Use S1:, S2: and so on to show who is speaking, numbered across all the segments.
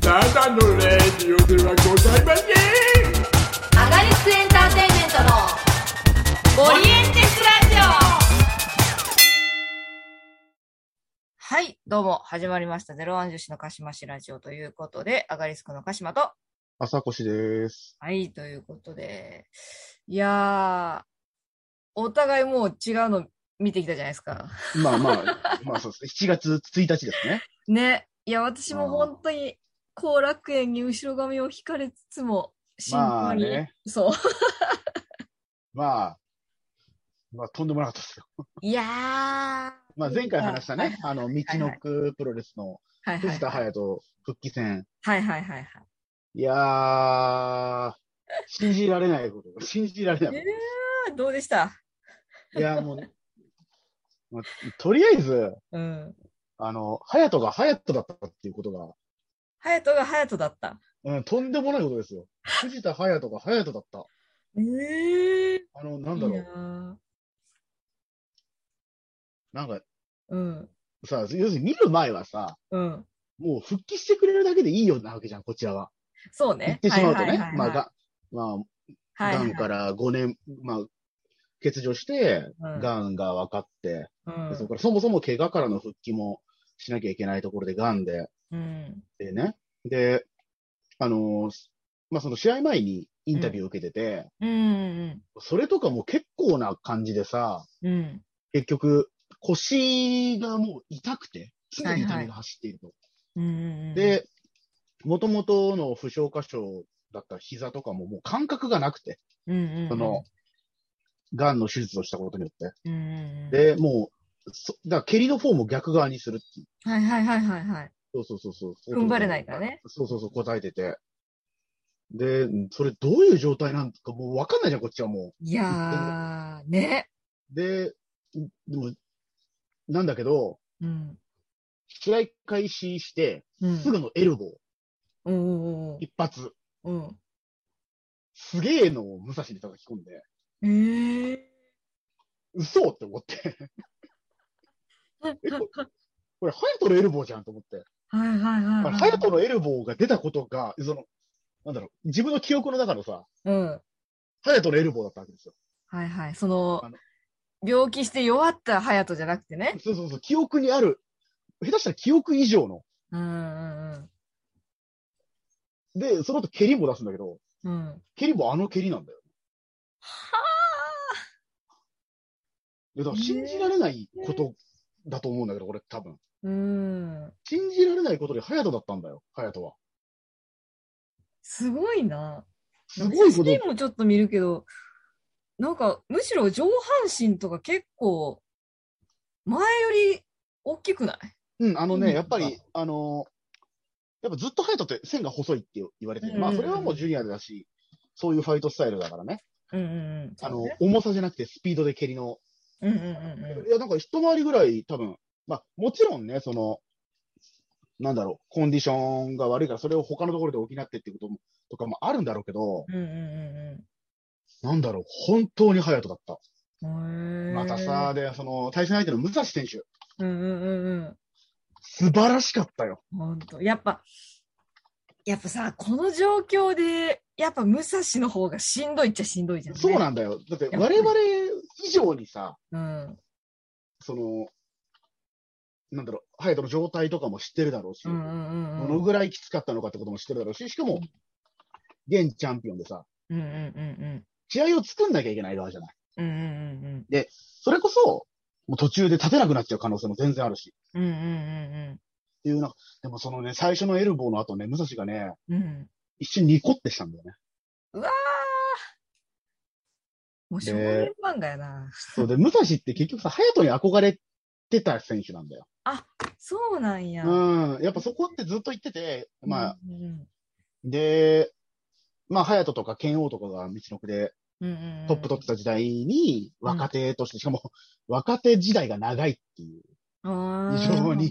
S1: ただのレディオではございません
S2: アガリスクエンターテインメントのオリエンテスラジオはい、どうも、始まりました。ゼロワン女子の鹿島市ラジオということで、アガリスクの鹿島と、
S3: 朝越です。
S2: はい、ということで、いやー、お互いもう違うの見てきたじゃないですか。
S3: まあま あ、まあそうです。7月1日ですね。
S2: ね、いや、私も本当に、後楽園に後ろ髪を引かれつつも、新
S3: ま
S2: 婚
S3: あ
S2: に、
S3: ね、
S2: そう。
S3: まあ、まあとんでもなかったですよ。
S2: いや
S3: まあ前回話したね、あの、道のくプロレスの
S2: ー、はいはい
S3: 藤田隼人復帰戦。
S2: はいはいはいはい。
S3: いやー、信じられないこと。信じられないこ
S2: あどうでした
S3: と。いや、もう、まあ、とりあえず、
S2: うん。
S3: あの、隼人が隼人だったっていうことが、
S2: ハヤトがハヤトだった。
S3: うん、とんでもないことですよ。藤田隼人が隼人だった。
S2: ええ
S3: あの、なんだろう。
S2: う。
S3: なんか、
S2: うん。
S3: さ、要するに見る前はさ、
S2: うん。
S3: もう復帰してくれるだけでいいようなわけじゃん、こちらは。
S2: そう
S3: 言っ
S2: ね。
S3: てしまうと
S2: はい
S3: ね
S2: はいはいは。い
S3: まあ、が、まあ、
S2: はい
S3: がんから5年、まあ、欠場して、
S2: うん
S3: がんが分かって、
S2: うん
S3: でそこからそもそも怪我からの復帰もしなきゃいけないところでがんで、
S2: うん。
S3: でね。で、あのーまあその試合前にインタビューを受けてて、
S2: うん。うん
S3: それとかも結構な感じでさ、
S2: うん。
S3: 結局、腰がもう痛くて、常に痛みが走っていると。
S2: うんうん。、
S3: で、もともとの負傷箇所だった膝とかももう感覚がなくて、
S2: うんうんうん。
S3: その、癌の手術をしたことによっ
S2: うんうんうん。
S3: て。で、もう、そだから蹴りの方も逆側にするっていう。
S2: はいはいはいはいはい。
S3: そうそうそうそう
S2: 踏ん張れないからね。
S3: そうそうそう、答えてて。で、うんそれどういう状態なんかもうわかんないじゃん、こっちはも
S2: いやー、ね。
S3: う。で、うんでも、なんだけど、
S2: うん。
S3: 試合開始して、
S2: うん。
S3: すぐのエルボー、
S2: うんうん
S3: 一発。
S2: うん。
S3: すげえのを武蔵に叩き込んで、
S2: うん。ええ。
S3: 嘘って 思って。これ、ハヤトのエルボーじゃんと思って。
S2: はいはいはいはい。
S3: ハヤトのエルボーが出たことが、その、なんだろう、自分の記憶の中のさ、
S2: うん。
S3: ハヤトのエルボーだったわけですよ。
S2: はいはい。その
S3: あの、
S2: 病気して弱ったハヤトじゃなくてね。
S3: そうそうそう、記憶にある、下手したら記憶以上の。
S2: うんうん
S3: で、その後蹴りも出すんだけど、
S2: うん。うん。
S3: 蹴りもあの蹴りなんだよ。
S2: は
S3: いやだから信じられないことだと思うんだけど、これ多分。
S2: あうん。
S3: 信じられないことでハヤトだったんだよ、ハヤトは。
S2: すごいな。
S3: すごい
S2: 写
S3: こと
S2: 真。もちょっと見るけど、なんか、むしろ上半身とか結構、前より大きくない
S3: うん、あの
S2: うん
S3: ね、やっぱり、あのーやっぱずっとハヤトって線が細いって言われて
S2: う
S3: る。
S2: ん
S3: まあ、それはもうジュニアだし、そういうファイトスタイルだからね。
S2: うんうんうん。
S3: あ
S2: そう
S3: の
S2: ね、
S3: 重さじゃなくてスピードで蹴りの。
S2: うんうんうん
S3: いや、なんか一回りぐらい多分、まあ、もちろんね、その、なんだろう、コンディションが悪いから、それを他のところで補ってっていうことも、とかもあるんだろうけど、
S2: うん。うんうん
S3: なんだろう、本当に隼人だった。
S2: うんうん。
S3: またさ、で、その、対戦相手の武蔵選手、
S2: へー。うんうんうんうん。
S3: 素晴らしかったよ。
S2: ほんと。やっぱ、やっぱさ、この状況で、やっぱ武蔵の方がしんどいっちゃしんどいじゃん、ね。
S3: そうなんだよ。だって、我々以上にさ、
S2: うん。
S3: その、なんだろう、隼人の状態とかも知ってるだろうし、
S2: うんうんうんうん。
S3: どのぐらいきつかったのかってことも知ってるだろうし、しかも、現チャンピオンでさ、
S2: うんうんうん
S3: 試合を作んなきゃいけない側じゃない。
S2: うん。うんうん
S3: それこそ、もう途中で立てなくなっちゃう可能性も全然あるし。
S2: うんうん。うんうん
S3: っていうな、でもそのね、最初のエルボーの後ね、武蔵がね、
S2: うんうん。うん。
S3: 一瞬ニコってしたんだよね。
S2: うわーもう少年漫画やな。
S3: そうで、武蔵って結局さ、隼人に憧れてた選手なんだよ。
S2: そうなんや。
S3: うん。やっぱそこってずっと言ってて、まあ、
S2: うんうん
S3: で、まあ、隼人とか剣王とかが道のくで
S2: うんうんうん、
S3: トップ取ってた時代に、
S2: うん
S3: 若手として、しかも若手時代が長いっていう。
S2: あー
S3: 非常に。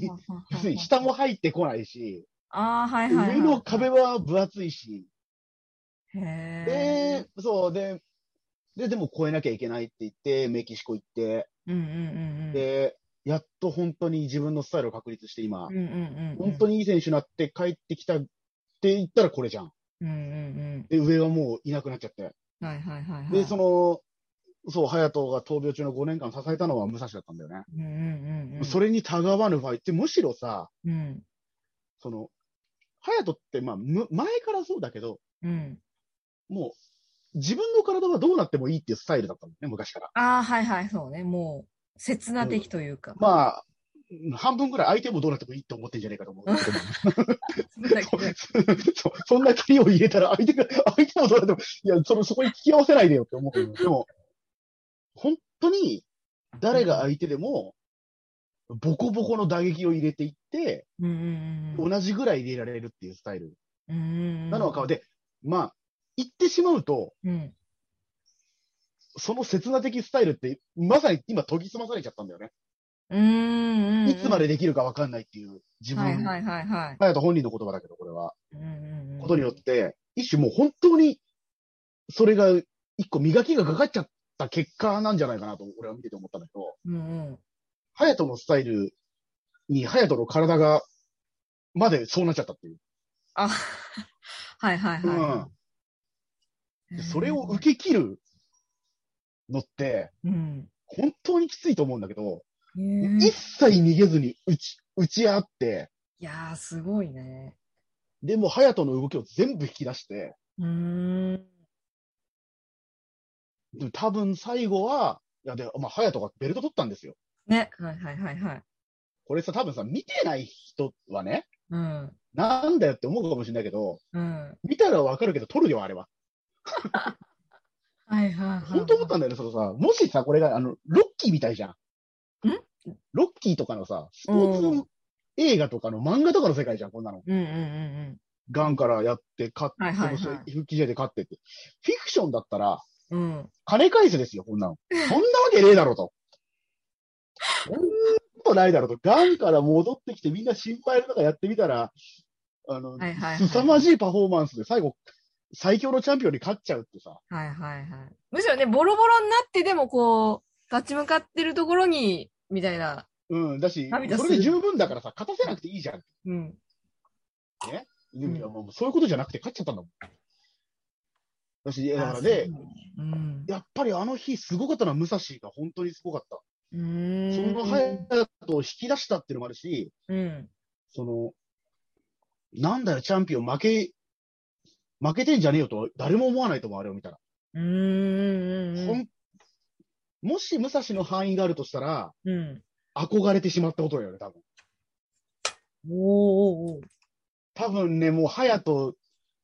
S3: 要するに下も入ってこないし、
S2: ああ、はいはい、は
S3: 上
S2: い。
S3: の壁は分厚いし、
S2: へ
S3: で、そう、で、で、でも越えなきゃいけないって言って、メキシコ行って、
S2: ー。うんうんうんうん。
S3: で、やっと本当に自分のスタイルを確立して今
S2: う、んうんうんうん、
S3: 本当
S2: に。
S3: にいい選手になって帰ってきたって言ったらこれじゃん。
S2: うんうん
S3: で、上はもういなくなっちゃって。
S2: うん。はいはいはいはい。
S3: で、その、そう、隼人が闘病中の5年間支えたのは武蔵だったんだよね。
S2: うんうんうん。
S3: それにたがわぬ場合って、むしろさ、
S2: うん。
S3: その、隼人って、まあ、む前からそうだけど、
S2: うん。
S3: もう、自分の体はどうなってもいいっていうスタイルだったもんね、昔から。
S2: ああ、はいはい、そうね。もう、刹那的というか。あ、
S3: まあ、半分ぐらい相手もどうなってもいいと思ってんじゃねえかと思う。
S2: そうだけど
S3: そそんな蹴りを入れたら相手が、相手もどうなっても、いや、その、そこに聞き合わせないでよって思うけど。でも、本当に、誰が相手でも、ボコボコの打撃を入れていって、
S2: うんうんうん。
S3: 同じぐらい入れられるっていうスタイル
S2: うんうんうん
S3: なのは変わって、まあ、言ってしまうと、
S2: うん。
S3: その刹那的スタイルって、まさに今研ぎ澄まされちゃったんだよね。
S2: うんうんうん。
S3: いつま
S2: で
S3: でできるかわかんないっていう、自分、
S2: は
S3: 隼
S2: い
S3: 人
S2: はいはいはい。
S3: 本人の言葉だけど、これは。
S2: うんうんうん
S3: ことによって、一種もう本当に、それが、一個磨きがかかっちゃった結果なんじゃないかなと、俺は見てて思ったんだけど、
S2: うんうん。
S3: 隼人のスタイルに、隼人の体が、までそうなっちゃったっていう。
S2: あ、はいはいは
S3: う
S2: い。
S3: ん。それを受け切るのって、
S2: うん。
S3: 本当にきついと思うんだけど、
S2: うん
S3: 一切逃げずに打ち、打ち合って、
S2: いやー、すごいね。
S3: でもう隼人の動きを全部引き出して、
S2: うーん。
S3: で多分最後は、いやで、まあ、隼人がベルト取ったんですよ。
S2: ね。はいはいはいはい。
S3: これさ、多分さ、見てない人はね、
S2: うん。
S3: なんだよって思うかもしれないけど、
S2: うん。
S3: 見たらわかるけど、取るよ、あれは。
S2: はいはいはい。
S3: 本当思ったんだよね、そのさ、もしさ、これが、あの、ロッキーみたいじゃん。
S2: ん
S3: ロッキーとかのさ、スポ
S2: う
S3: ー
S2: ん
S3: ツ映画とかの漫画とかの世界じゃん、こんなの。
S2: うんうんうん
S3: ガンからやって、勝って、
S2: はいはいはい
S3: その復帰試合で勝ってって。フィクションだったら、
S2: うん。うん。
S3: 金返せですよ、こんなの。そんなわけねえだろうと。そんなことないだろうと。ガンから戻ってきて、みんな心配の中やってみたら、あの、
S2: はいはいはい。
S3: 凄まじいパフォーマンスで最後、最強のチャンピオンに勝っちゃうってさ。
S2: はいはいはい。むしろね、ボロボロになってでもこう、立ち向かってるところに、みたいな。
S3: うん、だし、
S2: 涙す
S3: そ
S2: る
S3: れで十分だからさ、勝たせなくていいじゃん。
S2: うん。
S3: で
S2: うん
S3: いやもうそういうことじゃなくて勝っちゃったんだもん。だし、いやだからで、
S2: うん。
S3: やっぱりあの日すごかったのは武蔵が本当にすごかった。
S2: うーん。
S3: その隼人を引き出したっていうのもあるし、
S2: うん。
S3: その、なんだよ、チャンピオン負け、負けてんじゃねえよと、誰も思わないと思う、あれを見たら。
S2: うんうんうん
S3: ほ
S2: うん
S3: んもし武蔵の範囲があるとしたら、
S2: うん。
S3: 憧れてしまったことだよね、多分。
S2: おーおーおー
S3: 多分ね、もう、隼人、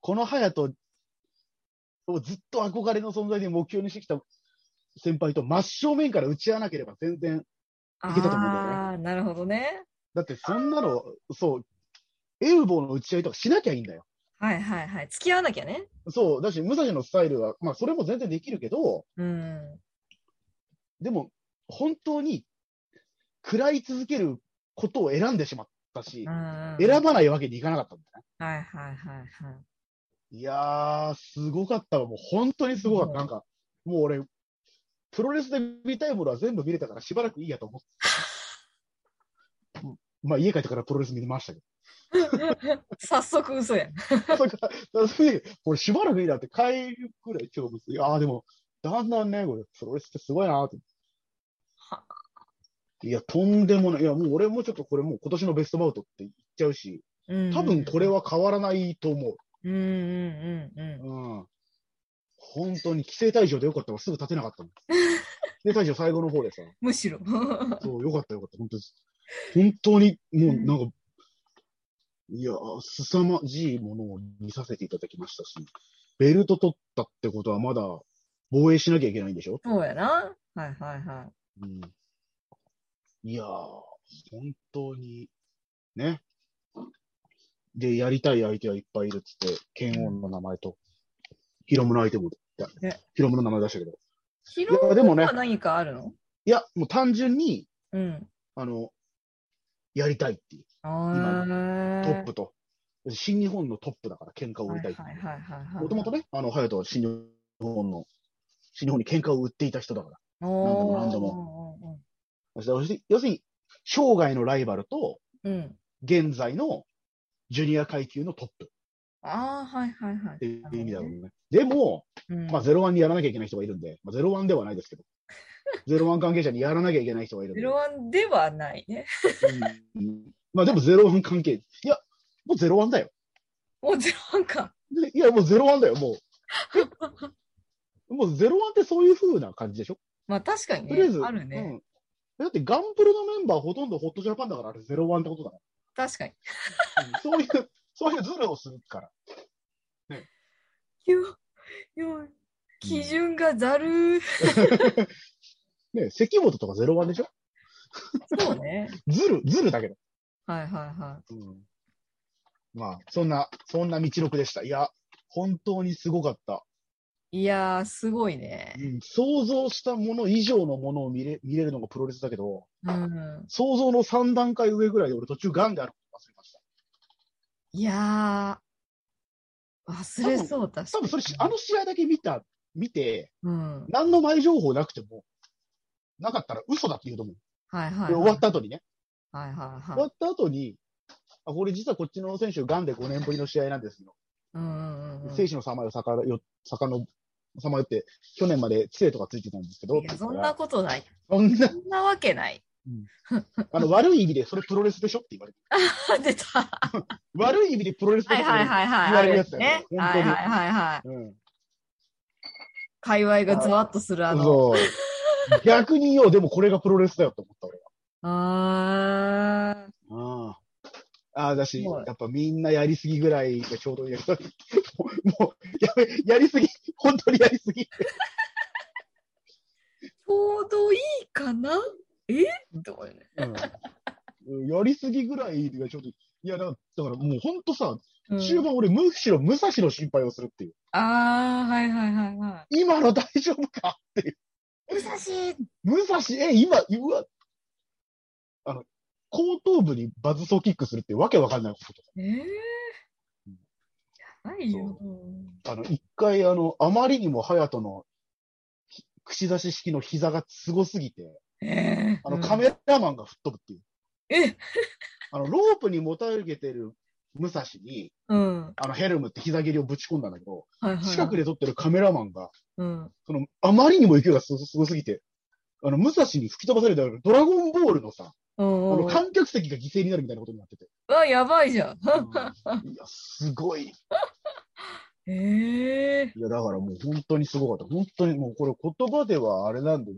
S3: この隼人をずっと憧れの存在で目標にしてきた先輩と真正面から打ち合わなければ全然、いけたと思うんだよね
S2: ああ、なるほどね。
S3: だってそんなの、そう、エルボーの打ち合いとかしなきゃいいんだよ。
S2: はいはいはい。付き合わなきゃね。
S3: そう、だし、武蔵のスタイルは、まあ、それも全然できるけど、
S2: うん。
S3: でも、本当に、食らい続けることを選んでしまったし
S2: う、ん。
S3: 選ばないわけにいかなかったんだよね。
S2: はいはいはいはい。
S3: いやー、すごかったわ。もう本当にすごかっ
S2: う
S3: た。
S2: ん
S3: なんか、もう俺、プロレスで見たいものは全部見れたからしばらくいいやと思 って。うんまあ家帰ってからプロレス見ましたけ
S2: 早速嘘や。
S3: ど。そうか、そういうこれしばらくいいなって帰るくらい今日も、いやーでも、だんだんね、これプロレスってすごいなーって。
S2: はい
S3: や、とんでもない。いや、もう俺もちょっとこれもう今年のベストバウトって言っちゃうし、多分これ。は変わらないと思う。
S2: うんうんうんうん。
S3: うん本当に規制退場でよかったわ。すぐ立てなかったの。規制退場最後の方でさ。
S2: むしろ。
S3: そう、よかったよかった。本当に。本当に、
S2: う
S3: も
S2: ん
S3: うなんか、いやー、凄まじいものを見させていただきましたし、ベルト取ったってことはまだ防衛しなきゃいけないんでしょ、
S2: そうやな。はいはいはい。
S3: うん、いやー、本当に、ね。で、やりたい相手はいっぱいいるっつって、剣王の名前と、ヒロムの相手も、いや
S2: ね
S3: ヒロムの名前出したけど。
S2: 疲
S3: い
S2: 労
S3: やでもね
S2: は何かあるの
S3: いや、もう単純に、
S2: うん。
S3: あの、やりたいっていう。
S2: あ
S3: トップと。新日本のトップだから喧嘩を
S2: は
S3: 売
S2: い
S3: り
S2: は
S3: た
S2: い
S3: い。
S2: はいはい。
S3: もともと。ね、あの、隼人は新日本の、新日本に喧嘩を売っていた人だから。
S2: おー
S3: 何度も。要するに、要するに生涯のライバルと、
S2: うん。
S3: 現在のジュニア階級のトップ。
S2: ああ、はいはいはい。
S3: ていう意味だろうね。でも、
S2: うん
S3: まあ、ゼロワンにやらなきゃいけない人がいるんで、まあ、ゼロワンではないですけど、ゼロワン関係者にやらなきゃいけない人がいるんで
S2: ゼ、ロワンではないね。
S3: うんまあでもゼロワン関係、いや、もうゼロワンだよ。
S2: もうゼロワンか。
S3: でいや、もうゼロワンだよ、 もう。もうゼロワンってそういう風な感じでしょ
S2: まあ確かに
S3: とりあえず。
S2: ね、あるね。
S3: うんだってガンプロのメンバーほとんどホットジャパンだから、あれゼロワンってことだか
S2: 確かに。
S3: ら。うん そういう、そういうズルをするから。
S2: よ、よ、基準がざる。
S3: ね関本とかゼロワンでしょ
S2: そうね。
S3: ズル、ズルだけど。
S2: はいはいは
S3: うんまあ、そんな、そんな道のくでした。いや、本当にすごかった。
S2: い。いやー、すごいね。
S3: うん想像したもの以上のものを見れ見れるのがプロレスだけど、
S2: うん。
S3: 想像の3段階上ぐらいで俺途中ガンであること忘れました。
S2: いやー、忘れそう、確か
S3: 多
S2: に。
S3: 分それし、あの試合だけ見た、見て、
S2: うん。はい
S3: 何の前情報なくても、なかったら嘘だって言うと思う。
S2: はい
S3: で
S2: はい。
S3: 終わった後にね。
S2: はいはい
S3: 終
S2: は
S3: わ
S2: い。
S3: った後に、あ、これ実はこっちの選手、ガンで5年ぶりの試合なんですよ。
S2: うんうんうんうん。
S3: 生死のさまよ、さかよ、さかの、さまよって、去年まで杖とかついてたんですけど、
S2: いや、そんなことない。
S3: そんな
S2: そんなわけない。
S3: あの、悪い意味で、それプロレスでしょって言われる。
S2: 出た。は
S3: 悪い意味でプロレスで
S2: い
S3: しょ
S2: はいはいはい。
S3: 言われる
S2: あ
S3: や
S2: で
S3: つ
S2: す
S3: だよ
S2: ね
S3: ね。本
S2: は
S3: 当
S2: い
S3: に
S2: はいはいはい。
S3: うん。
S2: 界隈がざわっとするあの。
S3: そう。逆によ、でもこれがプロレスだよって思った、俺
S2: あー。
S3: は。ああ。ああ、だし、
S2: すごい
S3: やっぱみんなやりすぎぐらいがちょうどいいや つ。もう、もうやべ、やりすぎ。本当にやりすぎ。
S2: ちょうどいいかなえどうね。
S3: うん。やりすぎぐらいがちょうどいい。いや、だから、だからもう本当さ、
S2: うん
S3: 終盤俺、むしろ武蔵の心配をするっていう。
S2: あー、はいはいはいは
S3: 今の大丈夫か っていう。
S2: い。武蔵
S3: 武蔵、え、今、うわ、あの、後頭部にバズソーキックするってわけわかんないことと
S2: えー。やばいよ。
S3: か。あの、一回、あの、あまりにも隼人のひ串刺し式の膝がすごすぎて、
S2: えー。
S3: あの、カメラマンが吹っ飛ぶっていう。
S2: え
S3: あの、ロープにもたれてる武蔵に、
S2: うん。は
S3: あの、ヘルムって膝蹴りをぶち込んだんだけど、
S2: いはい。
S3: 近くで撮ってるカメラマンが、
S2: うん。
S3: その、あまりにも勢いがすすごすぎて、あの、武蔵に吹き飛ばされたドラゴンボールのさ、あ
S2: うんう
S3: の、
S2: ん。
S3: 観客席が犠牲になるみたいなことに なってて。
S2: うわ、やばいじゃん。
S3: うんいや、すごい。
S2: ええ
S3: いや、だからもう本当にすごかった。本当にもうこれ言葉ではあれなんで、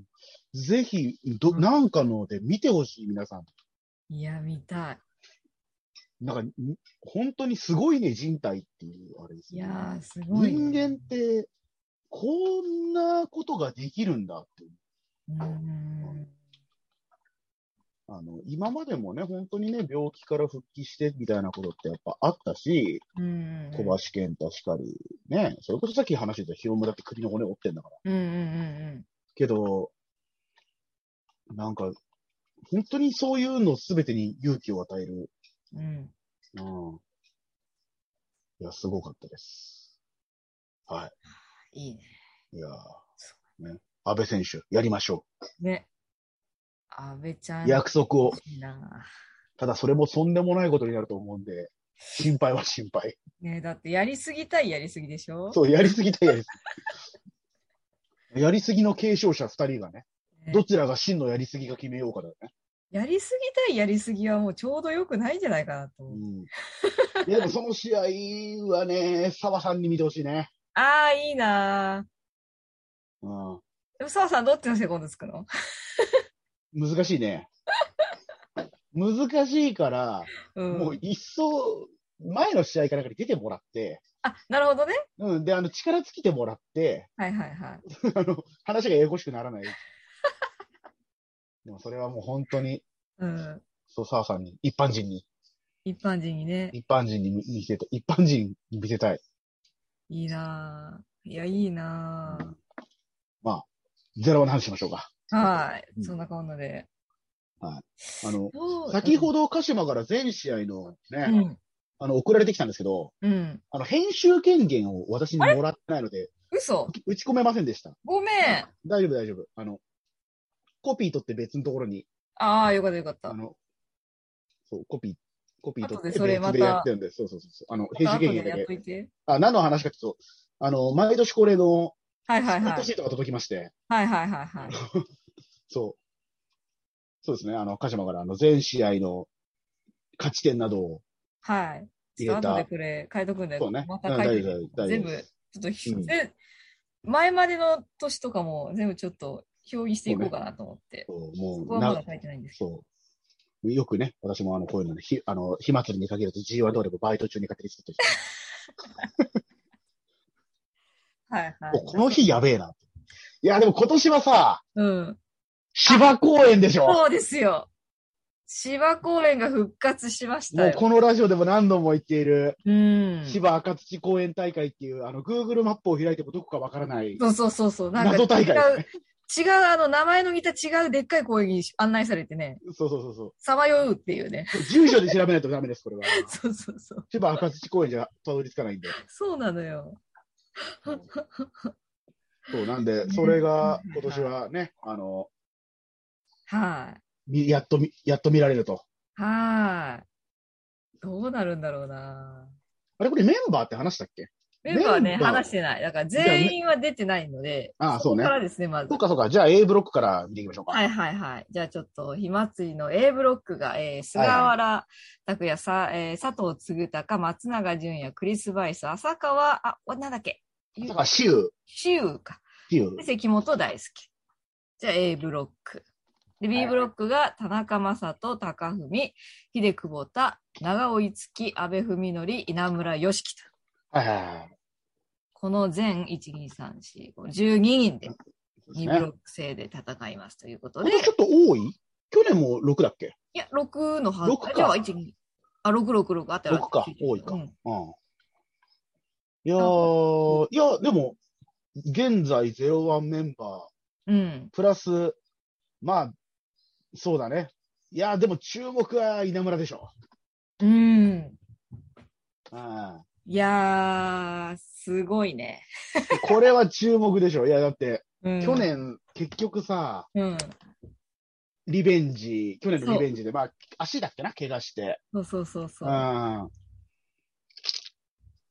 S3: ぜひ、ど、
S2: うん
S3: なんかので見てほしい、皆さん。
S2: いや、見たい。
S3: なんか、ん本当にすごいね、人体っていう、あれです
S2: い
S3: ね
S2: やー、すごい。
S3: 人間って、こんなことができるんだっていう。
S2: うん。
S3: あの、今までもね、本当にね、病気から復帰してみたいなことってやっぱあったし、
S2: うん。
S3: 小橋健太しかり、ね、それこそさっき話してたヒロムだって首の骨折ってんだから。
S2: うんうんうん
S3: けど、なんか、本当にそういうのすべてに勇気を与える。
S2: うん。うん。
S3: うん。いや、すごかったです。はい
S2: いね。
S3: い。いやー、ね。安倍選手、やりましょ
S2: ね。阿部ちゃ
S3: う。
S2: ん。
S3: 約束を。
S2: いいな
S3: ただ、それもとんでもないことになると思うんで、心配は心配。
S2: ねだってやりすぎたいやりすぎでしょ
S3: そう、やりすぎたやりす ぎ。やりすぎの継承者2人がね、
S2: ね
S3: どちらが真のやりすぎが決めようかだよね。
S2: やりすぎたいやりすぎはもうちょうどよくないんじゃないかなと
S3: う
S2: 思う。
S3: ん。いや、でもその試合はね、澤さんに見てほしいね。
S2: ああ、いいな
S3: うん。
S2: でも澤さんどっちのセコンドつくの
S3: 難し いね。難しいから、
S2: うん。
S3: もう一層、前の試合から出てもらって、
S2: あ、なるほどね。
S3: うん、で、あの、力尽きてもらって、
S2: はいはいはい。
S3: あの、話がややこしくな らない。でもそれはもう本当に、
S2: うん。
S3: そう、澤さんに、一般人に、
S2: 一般人にね。
S3: 一般人に見せたい、一般人に見せたい。
S2: いいなぁ。いや、いいな
S3: まあ、ゼロの話しましょうか。
S2: ぁ。は
S3: う
S2: い。
S3: ん
S2: そんなこんなで。
S3: あの、
S2: そう
S3: 先ほど鹿島から全試合のね、
S2: うん。
S3: あの、送られてきたんですけど、
S2: うん。
S3: あの、編集権限を私にもらってないので、
S2: 嘘
S3: 打ち込めませんでした。
S2: ごめん。
S3: 大丈夫、大丈夫。あの、コピー取って別のところに、
S2: ああ、よかったよかった
S3: あ。の、そう、コピーコピー取
S2: 後
S3: っ
S2: で
S3: て、
S2: それまた
S3: 別でやってるんで、そうそうそうそう。あの、
S2: ちょっ
S3: 平
S2: と
S3: 時
S2: 後
S3: 経費
S2: で
S3: だ
S2: やっ
S3: け
S2: と。いて。
S3: あ、何の話かちょっと、あの、毎年恒例の、
S2: はいはい
S3: 半
S2: はい。
S3: 年とか届きまして、
S2: はいはいはいはい。
S3: そう。そうですね、あの、鹿島から、あの、全試合の勝ち点などを
S2: はい。ち
S3: 入
S2: ょ
S3: れ
S2: っと後で
S3: た。
S2: これ、書いとくんで、
S3: そうね。
S2: ま
S3: う
S2: た
S3: ん
S2: 書いて、
S3: 大丈夫、大丈
S2: 全
S3: 夫
S2: 部、
S3: です。
S2: ちょっとひ、
S3: うん
S2: ぜ前までの年とかも全部ちょっと表記していこうかなと思って。
S3: そう
S2: そこ
S3: もう、
S2: はまだ
S3: な、
S2: 書いてないんですけ
S3: そう。よくね、私もあの、こういうので、ひ、あの、火祭りに限らず G1 どうでもバイト中に勝手に作ってる人
S2: ど。はいは
S3: もう
S2: い。
S3: この日やべえな。いや、でも今年はさ、
S2: うん。
S3: 芝公園でしょ
S2: そうですよ。芝公園が復活しました
S3: もう
S2: よ。
S3: このラジオでも何度も言っている、
S2: うん。
S3: 芝赤土公園大会っていう、あの、Google マップを開いてもどこかわからない、
S2: そうそうそうそう。なんか違
S3: 謎大会。
S2: う、違う、あの、名前の似た違うでっかい公園に案内されてね、
S3: そうそうそうそ
S2: さまようっていうね。
S3: う。住所で調べないとダメです、これは。
S2: そうそうそう。
S3: 芝赤土公園じゃたどり着かないんで。
S2: そうなのよ。
S3: そう、なんで、それが今年はね、あの、
S2: はい。
S3: みやっとみ、やっと見られると。
S2: はーい。どうなるんだろうな。
S3: あれ、これメンバーって話したっけ
S2: メンバーは
S3: メ
S2: ね、
S3: ンバー
S2: 話してない。だから全員は出てないので、
S3: ああ、
S2: こ
S3: そう
S2: こ
S3: ね
S2: か。らですね、まず
S3: そっ。かそっか。じゃあ A ブロックから見ていきましょうか。
S2: はいはいはい。じゃあちょっと、火祭りの A ブロックが、えー、菅原拓也さ、えー佐藤嗣隆、松永純也、クリス・バイス、浅川、あ、わなんだっけ、
S3: だから、シューっ
S2: シウか。
S3: ていう。
S2: で関本大好き。じゃあ A ブロック。で、
S3: はい
S2: B ブロックが田中正人、高文、秀久保田、長尾樹、阿部文則、稲村良樹と。
S3: はいはいはい。
S2: この全1,2,3,4,5,12人で
S3: そうです
S2: 2
S3: ね
S2: ブロック制で戦いますということ
S3: 今
S2: で、
S3: 年ちょっと多い去年も6だっけ
S2: いや、6のはず
S3: 六か。
S2: あじゃあ、1、2。あ、6、6、6。あったら
S3: 六か多いか
S2: うん
S3: うん。いやー、いや、でも、現在01メンバ
S2: うん。
S3: ー、プラス、まあ、そうだね。いやー、でも注目は稲村でしょ。
S2: うん。
S3: うん。
S2: いやー、すごいね。
S3: これは注目でしょ。いや、だって、
S2: うん
S3: 去。年、結局さ、
S2: うん。
S3: リベンジ、去年のリベンジで、まあ、足だっけな、怪我して。
S2: そうそうそうそうう。
S3: ん。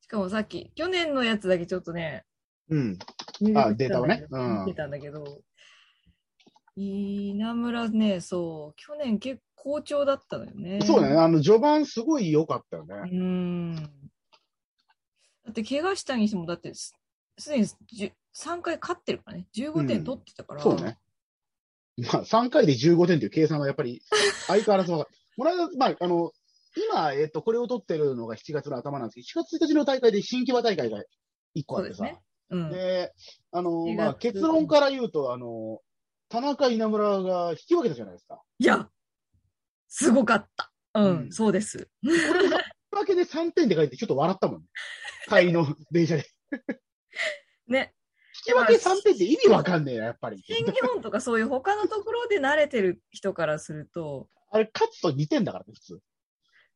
S2: しかもさっき、去年のやつだけちょっとね、
S3: うん。
S2: 入力
S3: あデータをね
S2: してたんだけど
S3: うん
S2: 見てたんだけど、稲村ね、そう、去年結構好調だったのよね。
S3: そうだね。。あの、序盤すごい良かったよね。
S2: うーん。だって、怪我したにしても、だってす、すでに10 3回勝ってるからね、15点取ってたから。
S3: そうね。。まあ、3回で15点という計算はやっぱり、相変わらずわかる。 この間、まあ、あの、今、えっと、これを取ってるのが7月の頭なんですけど、7月1日の大会で新規場大会が1個あってさ。
S2: そう
S3: で
S2: ですうん。
S3: あの、
S2: 7
S3: まあ、結論から言うと、あの、田中稲村が引き分けたじゃないですか。
S2: いや、すごかった。うん、
S3: うん
S2: そうです。
S3: 引き分けで3点って書いてちょっと笑った もんね。帰りの電車で。
S2: ね。
S3: 引き分け3点って意味わかんねえな、やっぱり。
S2: 新日本とかそういう他のところで慣れてる人からすると、
S3: あれ、勝つと2点だからね、普通。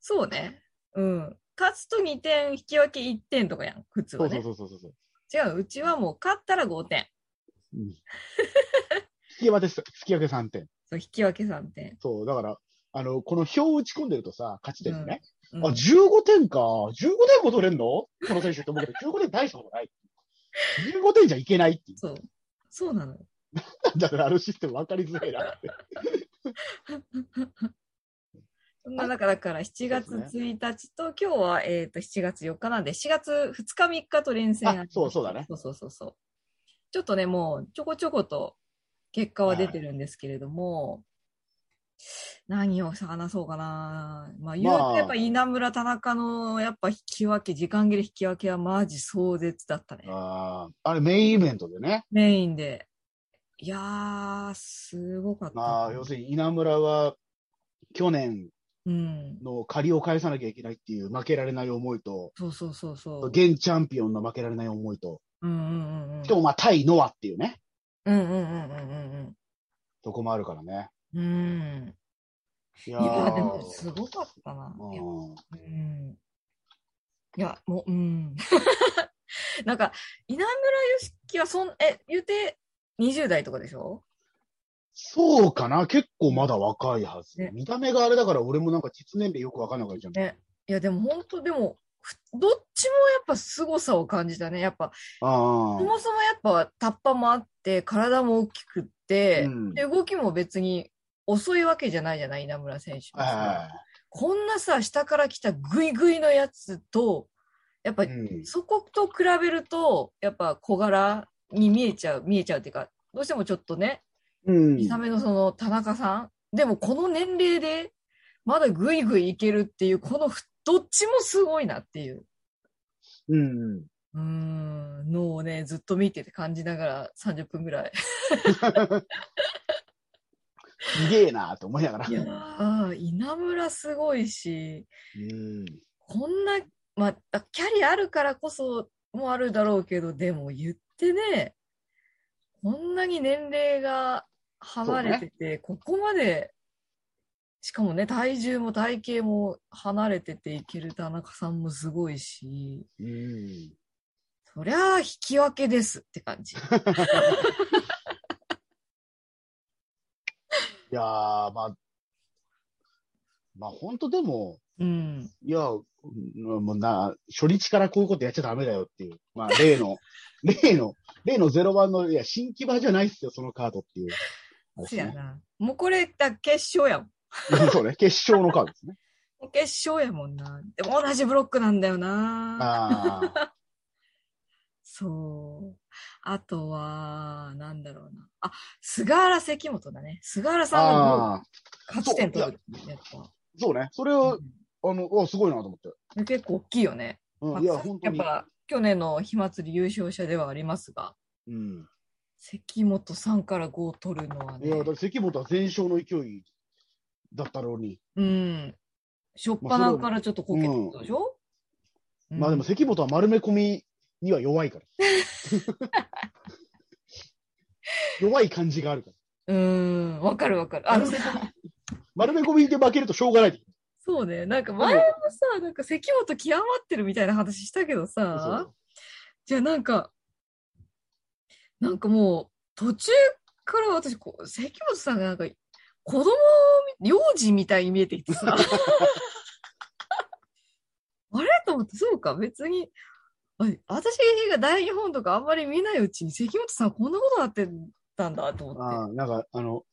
S2: そうね。うん。勝つと2点、引き分け1点とかやん、普通
S3: そ
S2: は
S3: うそ
S2: ね
S3: う。そうそうそう。
S2: 違う、うちはもう勝ったら5点。
S3: うん引き分けす、引き分け3点。
S2: そう、引き分け3点。
S3: そう、だから、あの、この表を打ち込んでるとさ、勝ち点でね、
S2: うん
S3: あ、15点か。15点も取れんのこの選手って思うけど、15点大 したことない。15点じゃいけないっていう。
S2: そう。そうなのよ。
S3: だから、あのシステム分かりづらいなって。
S2: そんな中、だから7月1日と、今日は、えっ、と、7月4日なんで、4月2日3日と連戦
S3: あそうそうだね
S2: そうそうそうそう。ちょっとね、もう、ちょこちょこと結果は出てるんですけれども、何を話そうかな。まあ、言う
S3: ま
S2: と、
S3: あ
S2: やっぱ稲村、田中の、やっぱ引き分け、時間切れ引き分けはマジ壮絶だったね。
S3: あーあれ、メインイベントでね。
S2: メインで。いやー、すごかった。
S3: まあ、要するに稲村は、去年
S2: うん。
S3: の借りを返さなきゃいけないっていう負けられない思いと、
S2: そうそうそうそう。
S3: 現チャンピオンの負けられない思いと、
S2: うんうんうんうん。
S3: しかもまあ、対ノアっていうね、
S2: うんうんうんうん
S3: とこもあるからね。
S2: うんうん。うん。
S3: い
S2: い
S3: やー
S2: や、でもすごかったな。いや
S3: うん
S2: うん。いや、もう、うん。 なんか、稲村良樹はそん、え、言うて20代とかでしょ
S3: そうかな結構まだ若いはず。
S2: ね
S3: 見た目があれだから俺もなんか実年齢よくわかんなかったじゃん。
S2: ねいや、でも本当、でも、ふどっちもやっぱ凄さを感じたね。やっぱ、
S3: あ
S2: そもそもやっぱタッパもあって、体も大きくって、
S3: うん
S2: で動きも別に遅いわけじゃないじゃない、稲村選手
S3: あ。
S2: もさ
S3: は
S2: こんなさ、下から来たグイグイのやつと、やっぱ
S3: いはい。うん。
S2: そこと比べると、やっぱ小柄に見えちゃう、見えちゃうっていうか、どうしてもちょっとね、
S3: うん
S2: 見た目のその田中さん。でもこの年齢で、まだグイグイいけるっていう、このふどっちもすごいなっていう。
S3: うん。
S2: うーん、のをね、ずっと見てて感じながら30分ぐらい。
S3: すげえなと思いながら。
S2: いやー、稲村すごいし、
S3: うん。
S2: こんな、まああ、キャリアあるからこそもあるだろうけど、でも言ってね、こんなに年齢が離れてて、ここまで、しかもね、体重も体型も離れてていける田中さんもすごいし、
S3: うん。
S2: そりゃあ引き分けですって感じ。
S3: いやー、まあ、まあ本当でも、
S2: うん。
S3: いや、うんもうな、初日からこういうことやっちゃダメだよっていう。まあ例 の、例の、例の01の、いや、新規場じゃないっすよ、そのカードっていう。
S2: そうやな。もうこれ、だ決勝やもん。
S3: うんそうね、決勝のカードですね。
S2: 決勝やもんな。でも同じブロックなんだよな。
S3: ああ。
S2: そう。あとは、なんだろうな。あ、菅原関本だね。菅原 さんはもう
S3: ああ。
S2: 勝ち点取るやっぱ
S3: そうね、それは、あの、おすごいなと思って。
S2: うん結構大きいよね。ま
S3: う
S2: あ
S3: ん、いや、
S2: さ
S3: 本当
S2: やっ
S3: に。
S2: ぱ、去年の火祭り優勝者ではありますが、
S3: うん。
S2: 関本さんから5を取るのはいね
S3: や、だっ、て関本は全勝の勢いだったろうに。
S2: うん。しょっぱなからちょっとこけたってことでしょ、うん
S3: まあでも関本は丸め込みには弱いから。 弱い感じがあるから。
S2: うん、わかるわかる。あ のさ、
S3: 丸め込みで負けるとしょうがない。
S2: そうね。なんか前もさ、なんか関本極まってるみたいな話したけどさ、じゃあなんか、なんかもう途中から私こう、関本さんがなんか子供み、幼児みたいに見えてきてさ、 あれと思って、そうか、別に、あ私が大日本とかあんまり見ないうちに関本さんこんなことなってたんだと思って。
S3: ああ、なんか、あの、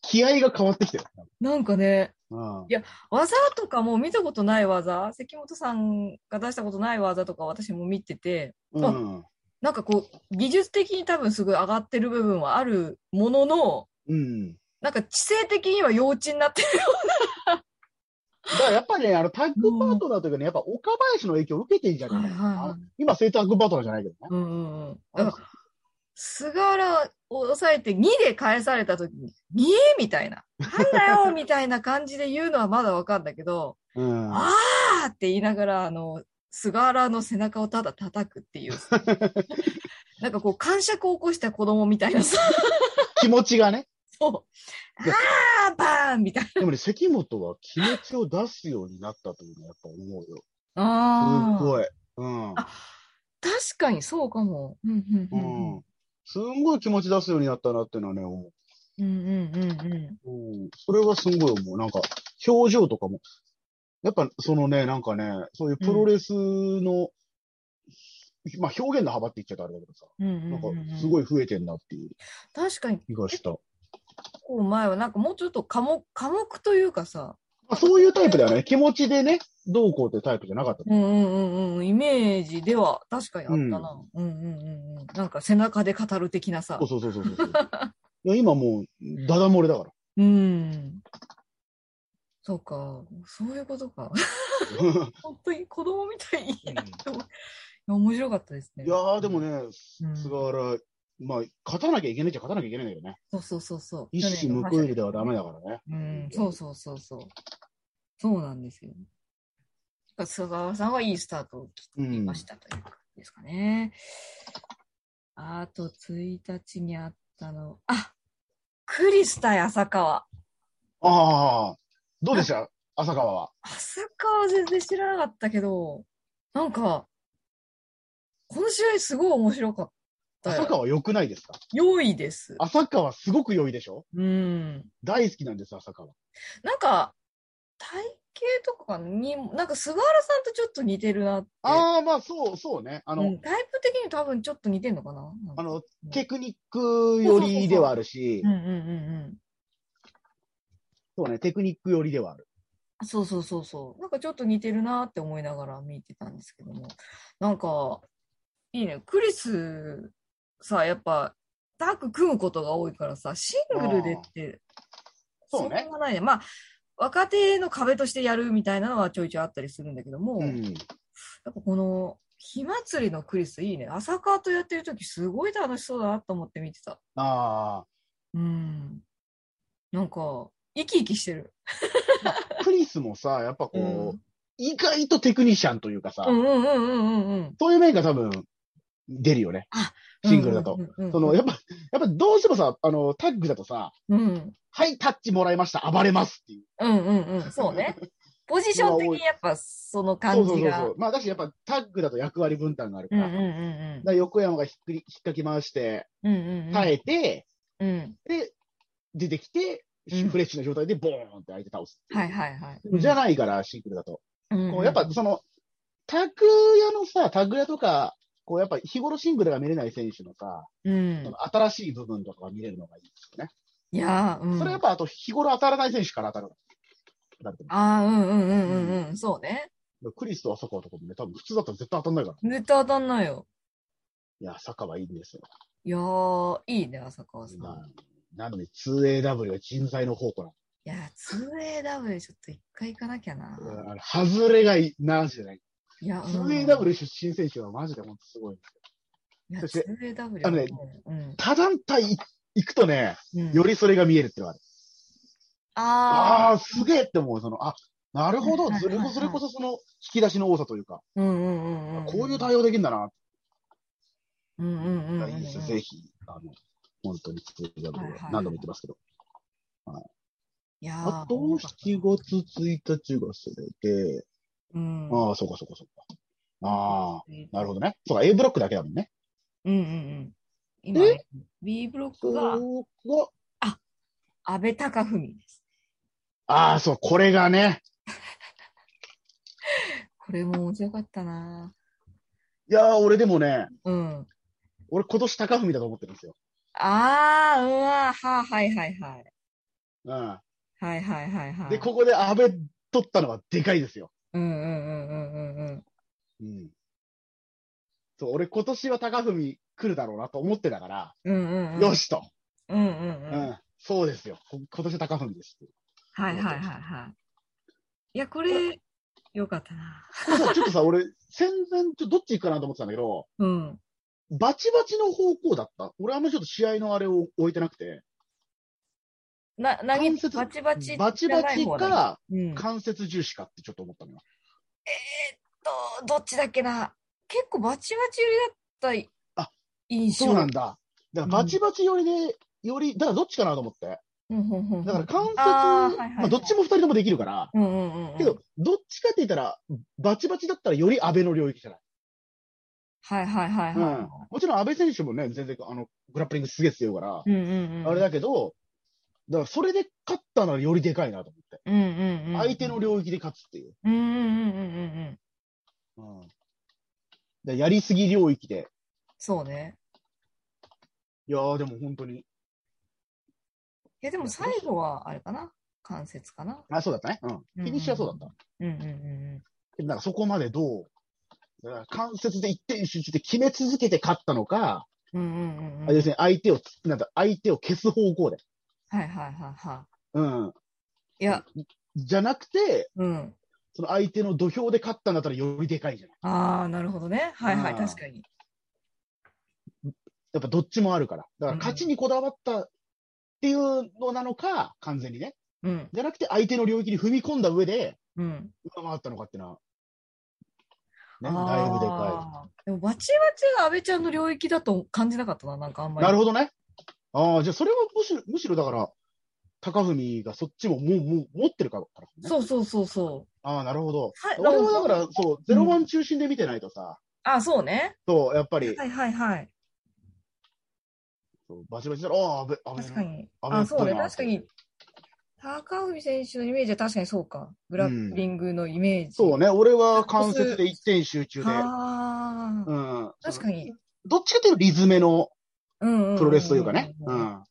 S3: 気合が変わってきたよ。
S2: なんかね、
S3: ああ
S2: いや技とかも見たことない技、関本さんが出したことない技とか私も見てて、
S3: うん。
S2: なんかこう、技術的に多分すごい上がってる部分はあるものの、
S3: うん。
S2: なんか知性的には幼稚になってる。
S3: だからやっぱりね、あの、タッグパートナーというかね、やっぱ岡林の影響を受けてんじゃな
S2: は
S3: いか
S2: いはいは
S3: な。今、正タッグパートナーじゃないけどね。
S2: うんうんうん。だから、菅原を抑えて2で返された時に、2みたいな。なんだよみたいな感じで言うのはまだわかんだけど、
S3: うん。
S2: あーって言いながら、あの、菅原の背中をただ叩くって いう。なんかこう、感触を起こした子供みたいなさ、
S3: 気持ちがね。
S2: そう。
S3: いや
S2: あーバーンみたい
S3: でもね、関本は気持ちを出すようになったというのはやっぱ思うよ。
S2: な。
S3: す
S2: い。
S3: ごい。うん。
S2: 確かにそうかも。うんう
S3: うん
S2: うんうん
S3: ん。すんごい気持ち出すようになったなっていうのはね、思
S2: うんうんうんうん。
S3: う。うん。それはすんごい思う。なんか、表情とかも。やっぱ、そのね、なんかね、そういうプロレスの、まあ表現の幅って言っちゃったらあれだけどさ、
S2: うん
S3: なん
S2: うんうんう
S3: か
S2: ん
S3: すごい増えてんなっていう
S2: 確かに、
S3: 気がした。
S2: こう前はなんかもうちょっと科目、科目というかさ、
S3: まあ、そういうタイプだよね。気持ちでね、どうこうってタイプじゃなかった。
S2: うんうんうんうん、イメージでは確かにあったな。うんうんうんうん。なんか背中で語る的なさ。
S3: そうそうそうそうそう。いや今もう、ダダ漏 れだから。
S2: うん。そうか、そういうことか。 本当に子供みたいにいいなって思ういや 面白かったですね。
S3: いやー、でもね、
S2: うん
S3: 菅原、まあ、勝たなきゃいけないっちゃ勝たなきゃいけないんだけどね。
S2: そうそうそうそう。
S3: 一矢報いるではダメだからね。
S2: うん、そうそうそうそう。そうなんですよ。だから菅原さんはいいスタートを切りましたという感じですかね。あと1日にあったの、あクリス対浅川。
S3: ああ、どうでした 浅川は。
S2: 浅川全然知らなかったけど、なんか、この試合すごい面白かっ対
S3: 浅川良くないですか
S2: 良いです。
S3: 浅川すごく良いでしょ
S2: うん。
S3: 大好きなんです、浅川。
S2: なんか、体型とかにも、なんか菅原さんとちょっと似てるなって。
S3: ああ、まあそう、そうね。あ
S2: あ
S3: の、
S2: タイプ的に多分ちょっと似てんのかななんか
S3: あの、テクニック寄りではあるし
S2: うん、うんうん
S3: そうね、テクニック寄りではある。
S2: うん。そうそうそうそう。なんかちょっと似てるなって思いながら見てたんですけども。なんか、いいね。クリス、さ、やっぱ、タッグ組むことが多いからさ、シングルでって、
S3: あーそうね
S2: んなないね。まあ、若手の壁としてやるみたいなのはちょいちょいあったりするんだけども、
S3: うん。
S2: やっぱこの、火祭りのクリスいいね。朝川とやってる時すごい楽しそうだなと思って見てた。
S3: あ
S2: うん。なんか、生き生きしてる。
S3: あ、クリスもさ、やっぱこう、
S2: うん
S3: 意外とテクニシャンというかさ、
S2: うんうんうんうんうん
S3: そういう面が多分、出るよね
S2: あ。
S3: シングルだと。。
S2: うんうんうん
S3: その、やっぱ、やっぱどうしてもさ、あの、タッグだとさ、
S2: うん
S3: はい、タッチもらいました、暴れますっていう。
S2: うんうんうん。そうね。ポジション的にやっぱその感
S3: そう
S2: じ
S3: そうそうそ
S2: が
S3: う。。まあ、だしやっぱタッグだと役割分担があるか
S2: うんうん
S3: ら。
S2: うん
S3: だから横山がひっくり、引っかき回して、
S2: うん。うんうんうん。
S3: 耐えて、
S2: うん。
S3: で、出てきて、
S2: うん
S3: フレッシュな状態でボーンって相手倒すってう
S2: はいはいはい。
S3: じゃないから、シングルだと。
S2: うん
S3: こうやっぱ、その、タグ屋のさ、タグ屋とか、こうやっぱ日頃シングルが見れない選手のさ、
S2: うん
S3: そ。の新しい部分とかが見れるのがいいですよね。
S2: いやー、うん。
S3: それやっぱあと日頃当たらない選手から当たる。だって
S2: ああ、うんうんうんうんうん。そうね。
S3: クリスと浅川とかもね、多分普通だったら絶対当たんないから。
S2: 絶対当たんないよ。
S3: いや、浅川いいんですよ。
S2: いやー、いいね、浅川さん。
S3: まあ、なので 2AW は人材の宝庫なん
S2: いやー、2AW ちょっと一回行かなきゃな。
S3: であの外れがいなしじゃない。
S2: いや、うん
S3: 2AW 出身選手はマジで本当すごい。
S2: いや、
S3: そして
S2: 2AW
S3: あのね
S2: うん
S3: 他団体い行くとね、
S2: うん
S3: よりそれが見えるってのはある。
S2: あ
S3: ああー、すげえって思う。その、あ、なるほど
S2: はいは。い
S3: それ
S2: はい
S3: こ
S2: はい
S3: それこそその引き出しの多さというか、
S2: あ、うんうんうんうん。
S3: こういう対応できるんだな、
S2: うんうんうんうん
S3: いいですよ。ぜひ、あの、本当に普通だと
S2: はいはいはい
S3: 何度も言ってますけど。
S2: いやー
S3: あと、7月1日がそれで、
S2: うん。
S3: ああ、そうかそうかそうか。ああ、なるほ
S2: ど。
S3: どね。そうか、A ブロックだけだもんね。
S2: うんうんうん。今
S3: え、
S2: B ブロックが
S3: そうか。
S2: 安倍隆文です。
S3: ああ、そう、これがね。
S2: これも面白かったない
S3: やー、俺でもね、
S2: うん。
S3: 俺今年高文だと思ってるんですよ。
S2: ああ、うわー、はあ、はいはいはい。
S3: うん。
S2: はいはいはいはい。
S3: で、ここで安倍取ったのはでかいですよ。
S2: うんうんうんうんうんうん。
S3: うん。そう、俺今年は高文来るだろうなと思ってたから、
S2: うんうんうん。
S3: よ。しと、
S2: うんうん
S3: う
S2: うん
S3: ん。。そうですよ。こ今年は高文です。
S2: はいはいはいはい。いや、これ、よかったな。
S3: これさちょっとさ、俺、戦前、ちょっとどっち行くかなと思ってたんだけど、
S2: うん。
S3: バチバチの方向だった。俺あんまりちょっと試合のあれを置いてなくて、
S2: な、投げ、
S3: 関節
S2: バチバチじゃな
S3: バ
S2: い
S3: チ
S2: 方だね。
S3: バチか
S2: うん。
S3: 関節重視かってちょっと思ったのよ。
S2: と、どっちだっけな。結構バチバチ寄りだっ
S3: あ
S2: た印象。
S3: そうなんだ。だからバチバチよりで、より、だからどっちかなと思って。
S2: うんうんうんうん。
S3: だから関節、
S2: あーはいはいはい
S3: まあどっちも二人ともできるから、
S2: うんうんうんうん。
S3: けど、どっちかって言ったら、バチバチだったらより安倍の領域じゃない。
S2: はいはいはい
S3: うん
S2: は
S3: もちろん安倍選手もね、全然、あの、グラップリングすげえ強いから
S2: い。、うんうんうん。
S3: あれだけど、だからそれで勝ったのはよりでかいなと思って。
S2: うんうんうん。
S3: 相手の領域で勝つっていう。
S2: うんうんうんうんうんうん。
S3: うん。だからやりすぎ領域で。
S2: そうね。
S3: いやー、でも本当に。
S2: いや、でも最後は、あれかな関節かな
S3: あ、そうだったね。うん。フィニッシュはそうだった。
S2: うんうんうん
S3: けどなんかそこまでどう、だから関節で一点集中で決め続けて勝ったのか、
S2: うん。うんうんうんうん。
S3: あ
S2: はい
S3: 要するに相手をつ、なんだ、相手を消す方向で。
S2: はいはいは
S3: うん。
S2: い。いや、
S3: じゃなくて、
S2: うん。
S3: その相手の土俵で勝ったんだったらよりでかいじゃない。
S2: ああ、なるほどね。はいはい、
S3: うん
S2: 確かに。
S3: やっぱどっちもあるから。だから勝ちにこだわったっていうのなのか、完全にね。
S2: うん、
S3: じゃなくて相手の領域に踏み込んだ上で、
S2: うん。
S3: 上回ったのかっていうのは。
S2: あ
S3: ね、だいぶでか
S2: あーでも、バチバチが安倍ちゃんの領域だと感じなかったな、なんかあん
S3: い。
S2: まり。
S3: なるほどね。ああ、じゃあそれはむしろ、むしろだから、高文がそっちももう、もう持ってるからからね。
S2: そうそうそうそう。
S3: ああ、なるほど。
S2: はい
S3: 俺
S2: な
S3: は
S2: んか
S3: だから、そう、ゼロワン中心で見てないとさ、
S2: ああ、そうね。
S3: そう、やっぱり、
S2: はいはいはい。
S3: そうバチバチだら、ああ、べ、あべ、
S2: 確かに。
S3: あ
S2: あ、そうね。
S3: 危ない
S2: 確かに。高海選手のイメージは確かにそうか。グラップリングのイメージ。
S3: そうね、俺は関節で一点集中で。
S2: ああ、
S3: うん。
S2: 確かに。
S3: どっちかというとリズメの
S2: うんうん。
S3: プロレスというかね。う
S2: あ
S3: ん。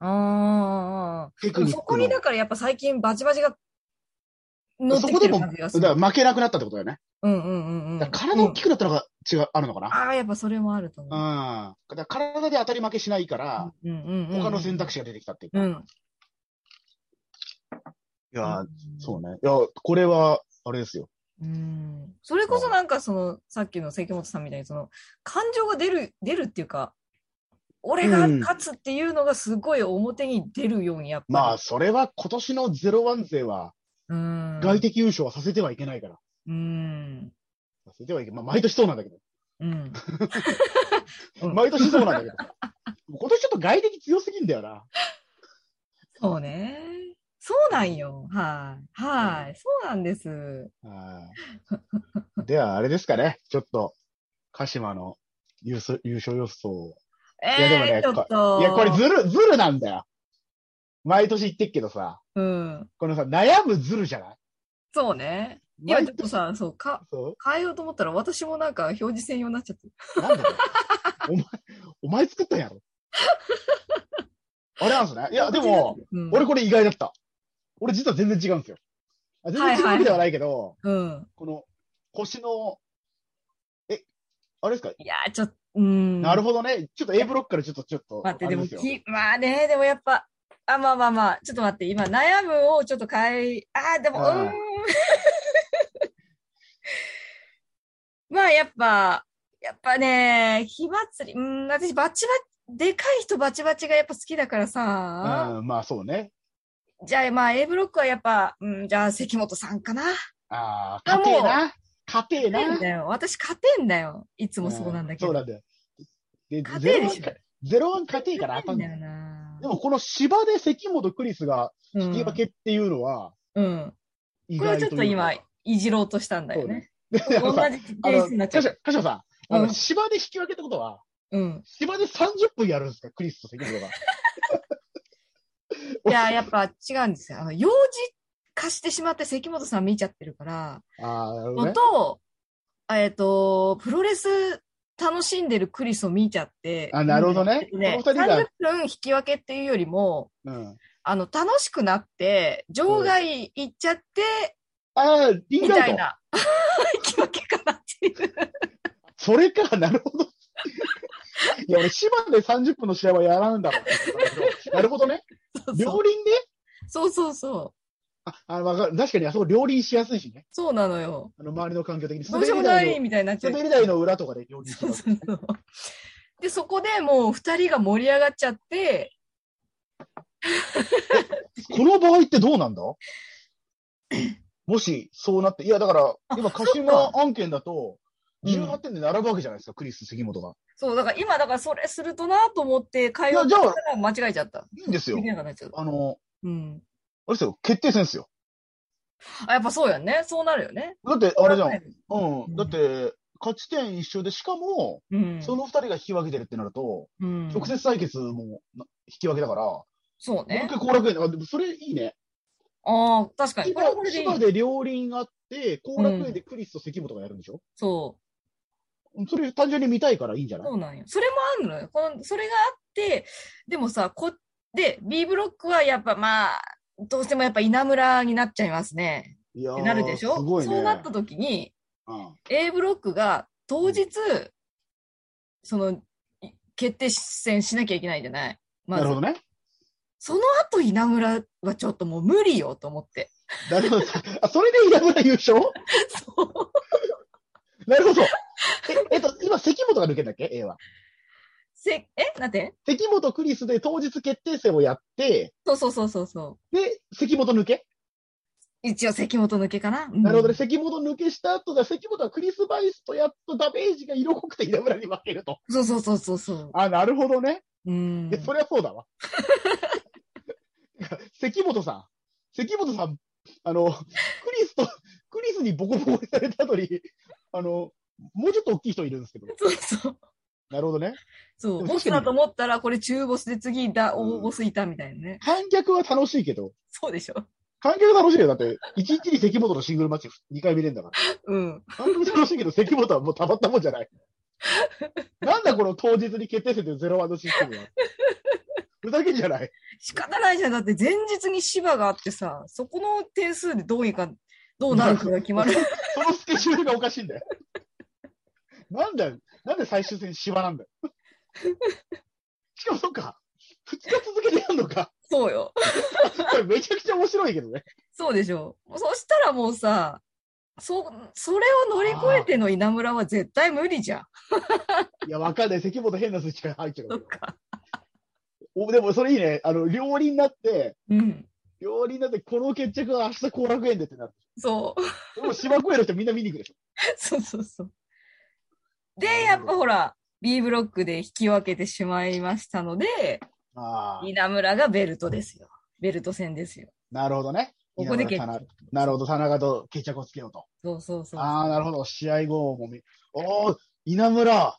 S2: あ
S3: テ
S2: ー。で
S3: ク
S2: も
S3: ニ
S2: そ
S3: ッ
S2: こ
S3: ク
S2: にだ
S3: の。
S2: からやっぱ最近バチバチが乗っ
S3: そ
S2: て
S3: こ
S2: き
S3: で
S2: て
S3: も、
S2: る
S3: だ
S2: 感じがす
S3: か
S2: る。
S3: ら負けなくなったってことだよね。
S2: うんうんうんうん。
S3: だから体大き
S2: く。
S3: くなったのが違う、あるのかな。
S2: ああ、やっぱそれもあると
S3: うん。
S2: 思う。
S3: だから体で当たり負けしないから、
S2: うんうんうんうん。
S3: 他の選択
S2: 肢。
S3: 肢が出てきたっていう
S2: う
S3: か。
S2: ん。
S3: いやー、そうね。いや、これは、あれですよ。
S2: うんそれこそなんかその、さっきの関本さんみたいに、その、感情が出る、出るっていうか、俺が勝つっていうのがすごい表に出るように、やっぱり。
S3: まあ、それは今年のゼロワン勢は、
S2: うん。
S3: 外敵優勝はさせてはいけないから。
S2: うん。
S3: させてはいけ、まあ、毎年そうなんだけど。
S2: うん。うん
S3: 毎年そうなんだけど。 今年ちょっと外敵強すぎんだよな。
S2: そうね。そうなんよ。はい。はい。そうなんです。
S3: はいでは、あれですかね。ちょっと、鹿島の優勝優勝予想をいやでもね
S2: えー、ちょっと。
S3: いや、これずる、ずるなんだよ。毎年言ってっけどさ、
S2: うん。
S3: このさ、悩むずるじゃない
S2: そうね。いや、
S3: 毎
S2: ちょっとさ、そう、か、
S3: そ
S2: 変えようと思ったら、私もなんか表示専用になっちゃってる。
S3: うなんだよ。お前、お前作ったんやろ。あれなんすね。いや、でも、
S2: うん、
S3: 俺これ意外だった。俺実は全然違うんですよ。あ全然違うわけではないけど、
S2: うん。
S3: この、腰の、え、あれですか、
S2: いやー、ちょっと、うん。
S3: なるほどね。ちょっと A ブロックからちょっと、ちょっと。
S2: 待って、
S3: あ
S2: で
S3: れ
S2: も
S3: すよ
S2: き、まあね、でもやっぱ、あ、まあまあまあ、ちょっと待って、今、悩むをちょっと変え、あー、でも、う
S3: あ
S2: ー
S3: ー
S2: ん。 まあ、やっぱ、やっぱね、火祭り、うん、私、バチバチ、でかい人バチバチがやっぱ好きだからさ、
S3: うん、まあそうね。
S2: じゃあ、まあ、A ブロックはやっぱ、うん、じゃあ、関本さんかな。
S3: ああ、
S2: あ
S3: 家庭な。家庭な。
S2: 勝てんだよ。私、勝てんだよ。いつもそうなんだけ
S3: そう
S2: ど。
S3: なんだよ。で、
S2: 勝
S3: ゼ
S2: て
S3: ロ
S2: る
S3: ワ
S2: し
S3: ン
S2: か
S3: か、ゼロワン家庭から当
S2: 勝
S3: たん
S2: て
S3: なんい。
S2: だよな。
S3: でもこの芝で関本クリスが
S2: うん、
S3: 引き分けっていうのは、
S2: うん。
S3: 意
S2: これは
S3: 外
S2: ちょっと
S3: いうか
S2: 今、いじろうとしたんだ
S3: そう
S2: よね。
S3: ね。で、あ
S2: 同
S3: のさ、
S2: じ
S3: あ
S2: ケー
S3: の、
S2: スになっちゃ
S3: かし
S2: う。
S3: かしさん、あ
S2: う
S3: の、
S2: ん
S3: 芝で引き分けってことは、
S2: うん。
S3: 芝で30分やるんですかクリスと関本が。
S2: いや、やっぱ違うんですよ。あの、用事化してしまって関本さん見ちゃってるから、
S3: ああ、なるほど
S2: の
S3: ね。
S2: と、えっ、と、プロレス楽しんでるクリスを見ちゃって。
S3: あなるほどね
S2: ね
S3: この二人が
S2: 30分引き分けっていうよりも、
S3: うん。
S2: あの、楽しくなって、場外行っちゃって、
S3: ああ、リン
S2: み
S3: グア
S2: たい
S3: ウト。
S2: な。 引き分けかなっていう。
S3: それか、なるほ ど。いや、俺、芝で30分の試合はやらんだろう。なるほどね。
S2: そう
S3: 両
S2: そう
S3: 輪で
S2: そうそうそう。
S3: あ、あわかる。確かに、あそこ両輪しやすいしね。
S2: そうなのよ。
S3: あの、周りの環境的に。
S2: どうしようもな
S3: 滑
S2: い
S3: り
S2: みたいになっちゃ
S3: 台
S2: う
S3: の、。滑り台の裏とかで両輪し
S2: そ
S3: や
S2: う
S3: すい。
S2: そうそう。で、そこでもう二人が盛り上がっちゃって、
S3: この場合ってどうなんだもし、そうなって、いや、だから、今、
S2: そ
S3: 鹿
S2: っ
S3: 島案件だと、
S2: うん
S3: 18点で並ぶわけじゃないですか、クリス、関本が。
S2: そう、だから今、だからそれするとなと思って会話
S3: いやじゃあ
S2: したら間違えちゃった。
S3: いいんですよ
S2: で。きなくなっちゃった。
S3: あの、
S2: うん。
S3: あれですよ、決定戦ですよ。
S2: あ、やっぱそうやんね。そうなるよね。
S3: だって、あれじゃん。
S2: う
S3: うんん。だって、勝ち点一緒で、しかも、
S2: うん。
S3: その二人が引き分けてるってなると、
S2: うん、
S3: 直接対決もな引き分けだから、も
S2: そう
S3: う一
S2: ね。
S3: 回後楽園、あ、でもそれいいね。
S2: ああ、確かに。これはこ
S3: 今、
S2: れでいい
S3: 千葉。で両輪あって、後楽園でクリスと関本がやるんでしょ、
S2: そ
S3: それ単純に見たいからいいんじゃ
S2: う。
S3: ない
S2: そうなんよ。それもあるのよ。この、それがあって、でもさ、こ、で、B ブロックはやっぱまあ、どうしてもやっぱ稲村になっちゃいますね。
S3: いや
S2: っ
S3: ー
S2: てなるでしょ
S3: すごいね。
S2: そうなった時に、
S3: うん。
S2: A ブロックが当日、その、い決定戦しなきゃいけないじゃない。ま
S3: な
S2: ず
S3: るほどね。
S2: その後稲村はちょっともう無理よと思 って。
S3: なるほど。あ、それで稲村優勝
S2: そう
S3: なるほど。え、えっと、今、関本が抜けんだっけ ?A は。
S2: せえなんて
S3: 関本クリスで当日決定戦をやって、
S2: そうそうそうそうそう。
S3: で、関本抜け
S2: 一応関本抜けかな。
S3: なるほど
S2: う
S3: ね。
S2: ん
S3: 関本抜けした後が、関本はクリス・バイスとやっとダメージが色濃くて稲村に負けると。
S2: そうそうそうそうそ
S3: あ、なるほどね。
S2: う。うん
S3: い。や、そりゃそうだわ。 関本さん、関本さん、あの、クリスと、クリスにボコボコにされたのに、あの、もうちょっと大きい人いるんですけど。
S2: そうそう。
S3: なるほどね。
S2: そう、
S3: で
S2: ボ
S3: も確か
S2: ス
S3: に
S2: だと思ったら、これ中ボスで次だ、大ボスいたみたいなね。
S3: 観客は楽しいけど、
S2: そうでしょ。
S3: 観客楽しいよ。だって、1日に関本のシングルマッチ2回見れるんだから。
S2: うん。
S3: 観客楽しいけど、関本はもうたまったもんじゃない。なんだこの当日に決定戦でゼロワンのシステムは。ふざけんじゃない。
S2: 仕方ないじゃん。だって前日に芝があってさ、そこの点数でどうにか、どうなるかが決まる。
S3: そのスケジュールがおかしいんだよ。なんだよ、なんで最終戦芝なんだよ。しかもそっか、2日続けてやるのか。
S2: そうよ。
S3: これめちゃくちゃ面白いけどね。
S2: そうでしょ。そしたらもうさ、そ、それを乗り越えての稲村は絶対無理じゃん。
S3: いや、わかんない。関本変なスイッチが入っちゃうか
S2: そ
S3: ら
S2: っ。か。
S3: おでもそれいいね。あの、料理になって、
S2: うん。
S3: 料理になって、この決着は明日後楽園でってなる。
S2: そう。
S3: でも芝公園の人みんな見に行くでしょ。
S2: そうそうそう。で、やっぱほら、B ブロックで引き分けてしまいましたので、
S3: ああ、
S2: 稲村がベルトですよ。ベルト戦ですよ。
S3: なるほどね。
S2: ここで
S3: 稲
S2: 決
S3: 村田中なるほど、田中と決着をつけようと。
S2: そうそうそう。
S3: ああ、なるほど。試合後もみ、おお、稲村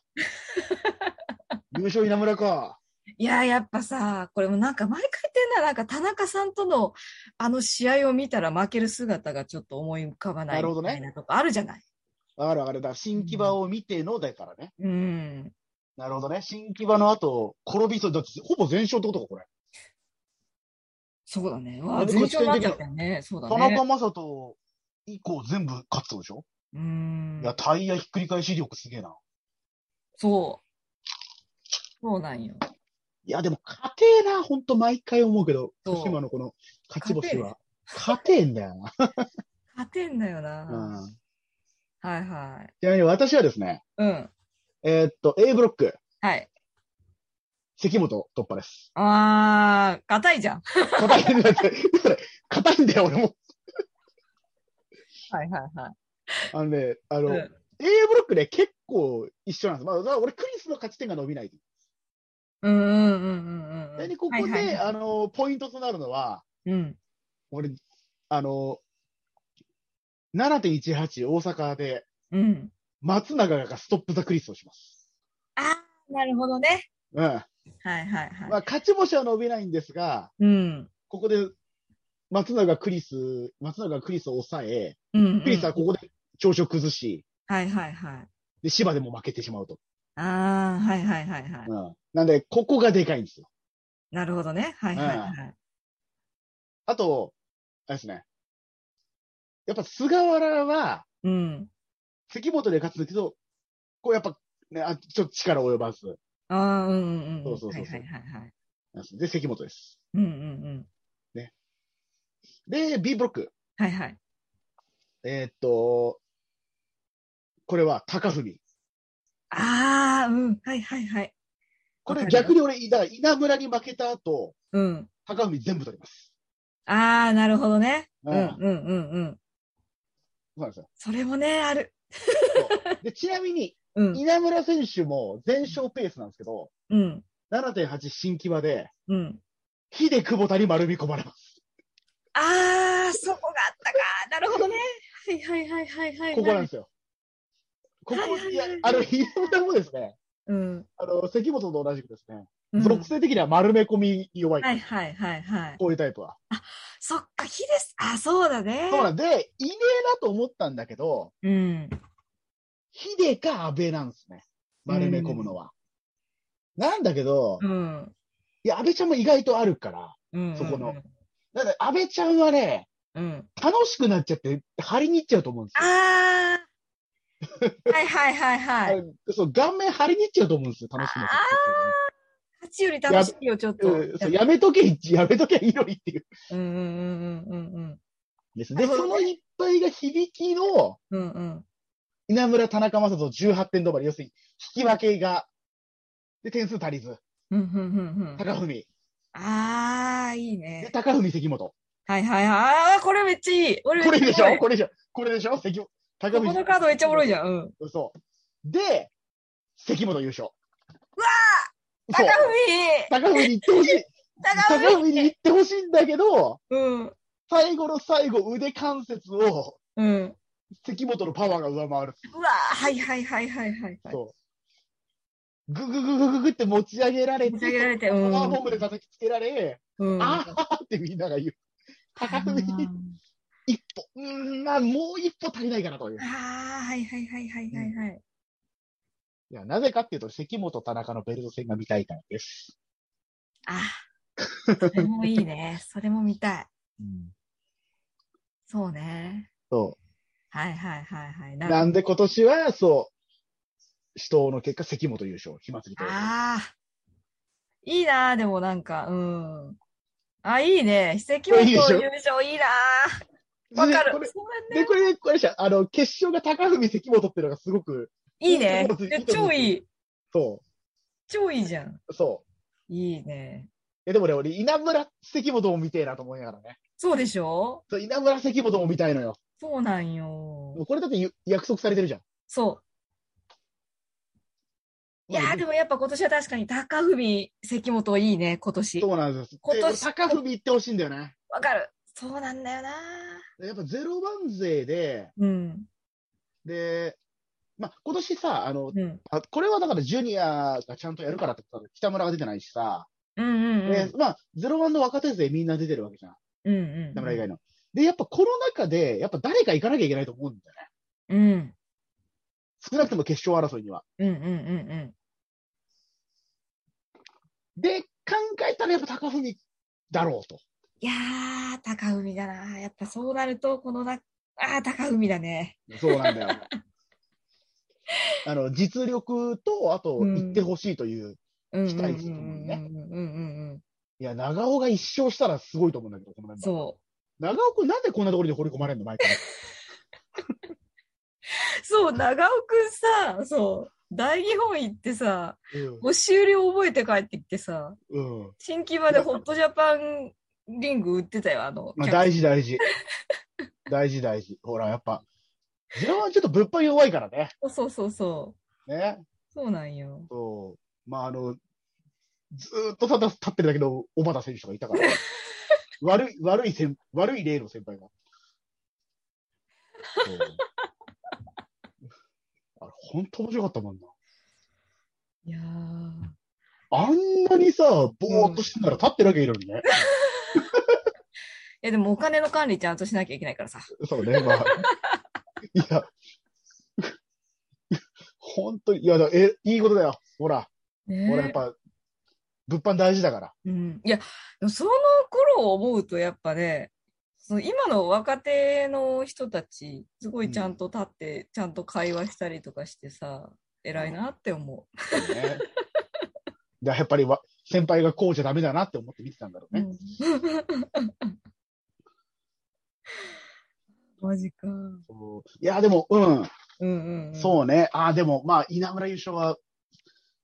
S3: 優勝稲村か。
S2: いや、やっぱさ、これもなんか毎回言ってんな、なんか田中さんとのあの試合を見たら負ける姿がちょっと思い浮かばない
S3: なるほど
S2: み
S3: ね
S2: たいなとこあるじゃない。
S3: わかるわかる。だから新木場を見てのだからね。
S2: うん。
S3: なるほどね。新木場の後、転びそう。だってほぼ全勝ってことか、これ。
S2: そうだね。わあ、
S3: これ
S2: 全勝になっちゃったよね。そうだ
S3: 田
S2: ね
S3: 中。正人以降全部勝つってことでしょ、
S2: うん
S3: い。や、タイヤひっくり返し力すげえな。
S2: そう。そうなんよ。
S3: いや、でも、勝てえな、ほんと毎回思うけど、
S2: そう
S3: 福島のこの勝ち星は。勝てえんだよな。
S2: 勝てんだよ
S3: う
S2: な。
S3: ん
S2: はいはい。
S3: ちなみに私はですね、
S2: うん。
S3: えーっと、A ブロック、
S2: はい。
S3: 関本突破です。
S2: あー、硬いじゃん。
S3: 硬いんだって、それ硬いんだよ、俺も。
S2: はいはいはい。
S3: あのね、あの、
S2: うん
S3: A ブロックね、結構一緒なんです。まあ、だから俺、クリスの勝ち点が伸びない。
S2: うんうんうんうんうん。
S3: で、ここで、
S2: はいはいはい
S3: あの、ポイントとなるのは、
S2: うん。
S3: 俺、あの、7.18大阪で、
S2: うん。
S3: 松永がストップザクリスをします。
S2: あー、なるほどね。
S3: うん。ま
S2: はいはいはい。
S3: あ、勝ち星は伸びないんですが、
S2: うん。
S3: ここで、松永クリス、松永クリスを抑え、
S2: うんうん
S3: クリスはここで調子を崩し、
S2: はいはいはい。
S3: で、芝でも負けてしまうと。
S2: ああ、はいはいはいはい。
S3: うん。なんで、ここがでかいんですよ。
S2: なるほどね。はいはいはい。
S3: あと、あれですね。やっぱ菅原は、
S2: うん。
S3: 関本で勝つけど、こうやっぱ、ね、あちょっと力及ばず。
S2: ああ、うんうんうん。
S3: そうそうそうそう
S2: はいはいはいはい。
S3: で、関本です。
S2: うんうんうん。
S3: で、B ブロック。
S2: はいはい。
S3: えーっと、これは高文。
S2: ああ、うん。はいはいはい。
S3: こ
S2: わ
S3: れ
S2: かるよ
S3: 逆に俺、だから稲村に負けた後、
S2: うん。
S3: 高文全部取ります。
S2: ああ、なるほどね。
S3: う
S2: うんうんうんうん。
S3: そうなんですよ
S2: それもね、ある。
S3: で、ちなみに、
S2: うん。
S3: 稲村選手も全勝ペースなんですけど、
S2: うん。
S3: 7.8新木場で、
S2: うん。
S3: 秀久保田に丸み込まれます。
S2: ああ、そこがあったか。なるほどね。はいはいはいはいはい。
S3: ここなんですよ。ここ
S2: はいは、い
S3: いや、あの、稲村もですね、
S2: うん。
S3: あの、関本と同じくですね、
S2: うん
S3: 属性的には丸め込みに弱い。
S2: はいはいはいはい。
S3: こういうタイプは。
S2: そっか、火です。あ、そうだね。
S3: そうなんで、いねえなと思ったんだけど、
S2: うん。
S3: ヒデか安倍なんですね。丸め込むのは。なんだけど、
S2: うん。
S3: いや、安倍ちゃんも意外とあるから。
S2: うん
S3: そこの。だから安倍ちゃんはね、
S2: うん。
S3: 楽しくなっちゃって、張りに行っちゃうと思うんですよ。
S2: ああ。はいはいはい はい。
S3: そう、顔面張りに行っちゃうと思うんですよ、楽しくなっちゃ
S2: 勝ちより楽しいよ、ちょっと。
S3: ってうんそう。やめとけ、やめとけ、いいのにっていう。
S2: うんうんうんうんうん
S3: ですで、そのいっぱいが響きの、
S2: うん。うんうん。
S3: 稲村、田中正人18点止まり。要するに、引き分けが、で、点数足りず、
S2: うんうんうんうん。
S3: 高文、
S2: ああ、いい
S3: で、
S2: ね。
S3: 高文、関本。
S2: はいはいはい。ああ、これめっちゃいい。これ
S3: こ
S2: め
S3: れ
S2: っちゃ
S3: で
S2: いい
S3: しょこれでしょこれでしょ関本。高
S2: ここ
S3: 文。
S2: のカードめっちゃおもろいじゃん。うん。
S3: そう。で、関本優勝。うわ
S2: 高
S3: そう。
S2: 文
S3: 高文に行ってほしい。
S2: 高文
S3: 高文に行ってほしいんだけど、
S2: うん。
S3: 最後の最後、腕関節を
S2: うん。う
S3: 関本のパワーが上回る。
S2: わーはいはいはいはいはいはい。
S3: そう。ぐぐぐぐぐぐって持ち上げられて、
S2: 持ち上げられて、
S3: パ
S2: うん。
S3: ワーボムで叩きつけられ、
S2: うん、
S3: あーってみんなが言う。高
S2: あ
S3: み
S2: ー
S3: 一歩。うん、まあ、もう一歩足りないかなという。
S2: あー、はいはいはいはいはいはい。
S3: いや、なぜかっていうと、関本田中のベルト戦が見たいからです。
S2: あそれもいいね。それも見たい。
S3: うん。
S2: そうね。
S3: そ
S2: はいはいはいはい。
S3: う。
S2: な
S3: なんで今年は、そう、死闘の結果、関本優勝、火祭りと。
S2: ああ。いいなーでもなんか、うん。あ、いいね。奇跡を
S3: いいで
S2: 優
S3: しょ
S2: 勝いいなーわか
S3: でこれ
S2: る。そうなんだ
S3: で、
S2: よ
S3: これ、これでした。あの、決勝が高文関本っていうのがすごく、
S2: いいね
S3: これ。
S2: で超いい。
S3: そ
S2: 超いいじゃん。
S3: う、そう。
S2: いいね。
S3: え、でもね、俺、稲村関本も見てえなと思いながらね。
S2: そうでしょ
S3: そう、稲村関本も見たいのよ。
S2: そうなん
S3: もう
S2: よ。
S3: これだってゆ約束されてるじゃん。
S2: そう。いやーでもやっぱ今年は確かに高文関本いいね、今年。
S3: そうなんです。
S2: 今
S3: 今
S2: 年
S3: 年。高文行ってほしいんだよね。
S2: わかる。そうなんだよなー
S3: やっぱゼロ番勢で、
S2: うん。
S3: で、まあ、今年さ、あの、
S2: うん。
S3: あこれはだからジュニアがちゃんとやるからってことだ北村が出てないしさ、
S2: うんうん
S3: でまあ、ゼロ番の若手勢みんな出てるわけじゃん。
S2: うん。うんうん
S3: 北村以外の。で、やっぱこの中で、やっぱ誰か行かなきゃいけないと思うんだよね。
S2: うん。
S3: 少なくとも決勝争いには。
S2: うんうんうんうん。
S3: で、考えたらやっぱ高文だろうと。
S2: いやー、高海だな。やっぱそうなると、このな、あー、高海だね。
S3: そうなんだよ。あの、実力と、あと、
S2: うん
S3: 行ってほしいとい
S2: う
S3: う。
S2: んうん
S3: 期
S2: うんう
S3: 待
S2: ん
S3: すると思うね
S2: うんうんうんうん。
S3: いや、長尾が一勝したらすごいと思うんだけど、このメンバー。
S2: そ
S3: 長尾くんなんでこんなところに放り込まれるの毎回。
S2: う。そう、長尾くんさ、そう、大日本行ってさ、
S3: う
S2: 押し売りを覚えて帰ってきてさ、
S3: ん。うん。
S2: 新木場でホットジャパンリング売ってたよ、あの。
S3: まあ、
S2: 客
S3: 大事大事。大事大事。ほら、やっぱ、ジロはちょっと物販弱いからね。
S2: そうそうそう。
S3: ね。
S2: そうなんよ。
S3: そう。まあ、あの、ずーっとただ立ってるだけの小畑選手とかいたから。悪い、悪い先、悪い例の先輩が。そうあれ、ほんと面白かったもんな。
S2: いやー。
S3: あんなにさ、ぼーっとしてんなら立ってるわけいるのにね。
S2: いや、でもお金の管理ちゃんとしなきゃいけないからさ。
S3: そうね、まあ。いや、 本当に、いや、だえ、いいことだよ。ほら、
S2: ね
S3: ほら、やっぱ、物販大事だから。
S2: うん、いや、でもその頃を思うとやっぱね、その今の若手の人たち、すごいちゃんと立って、ちゃんと会話したりとかしてさ、偉いなって思
S3: そうね。だからやっぱりわ、先輩がこうじゃダメだなって思って見てたんだろう
S2: う。
S3: ね。
S2: マジか。うん
S3: そういや、でも、うん、
S2: うん、うん。
S3: そうね。ああ、でも、まあ、稲村優勝は、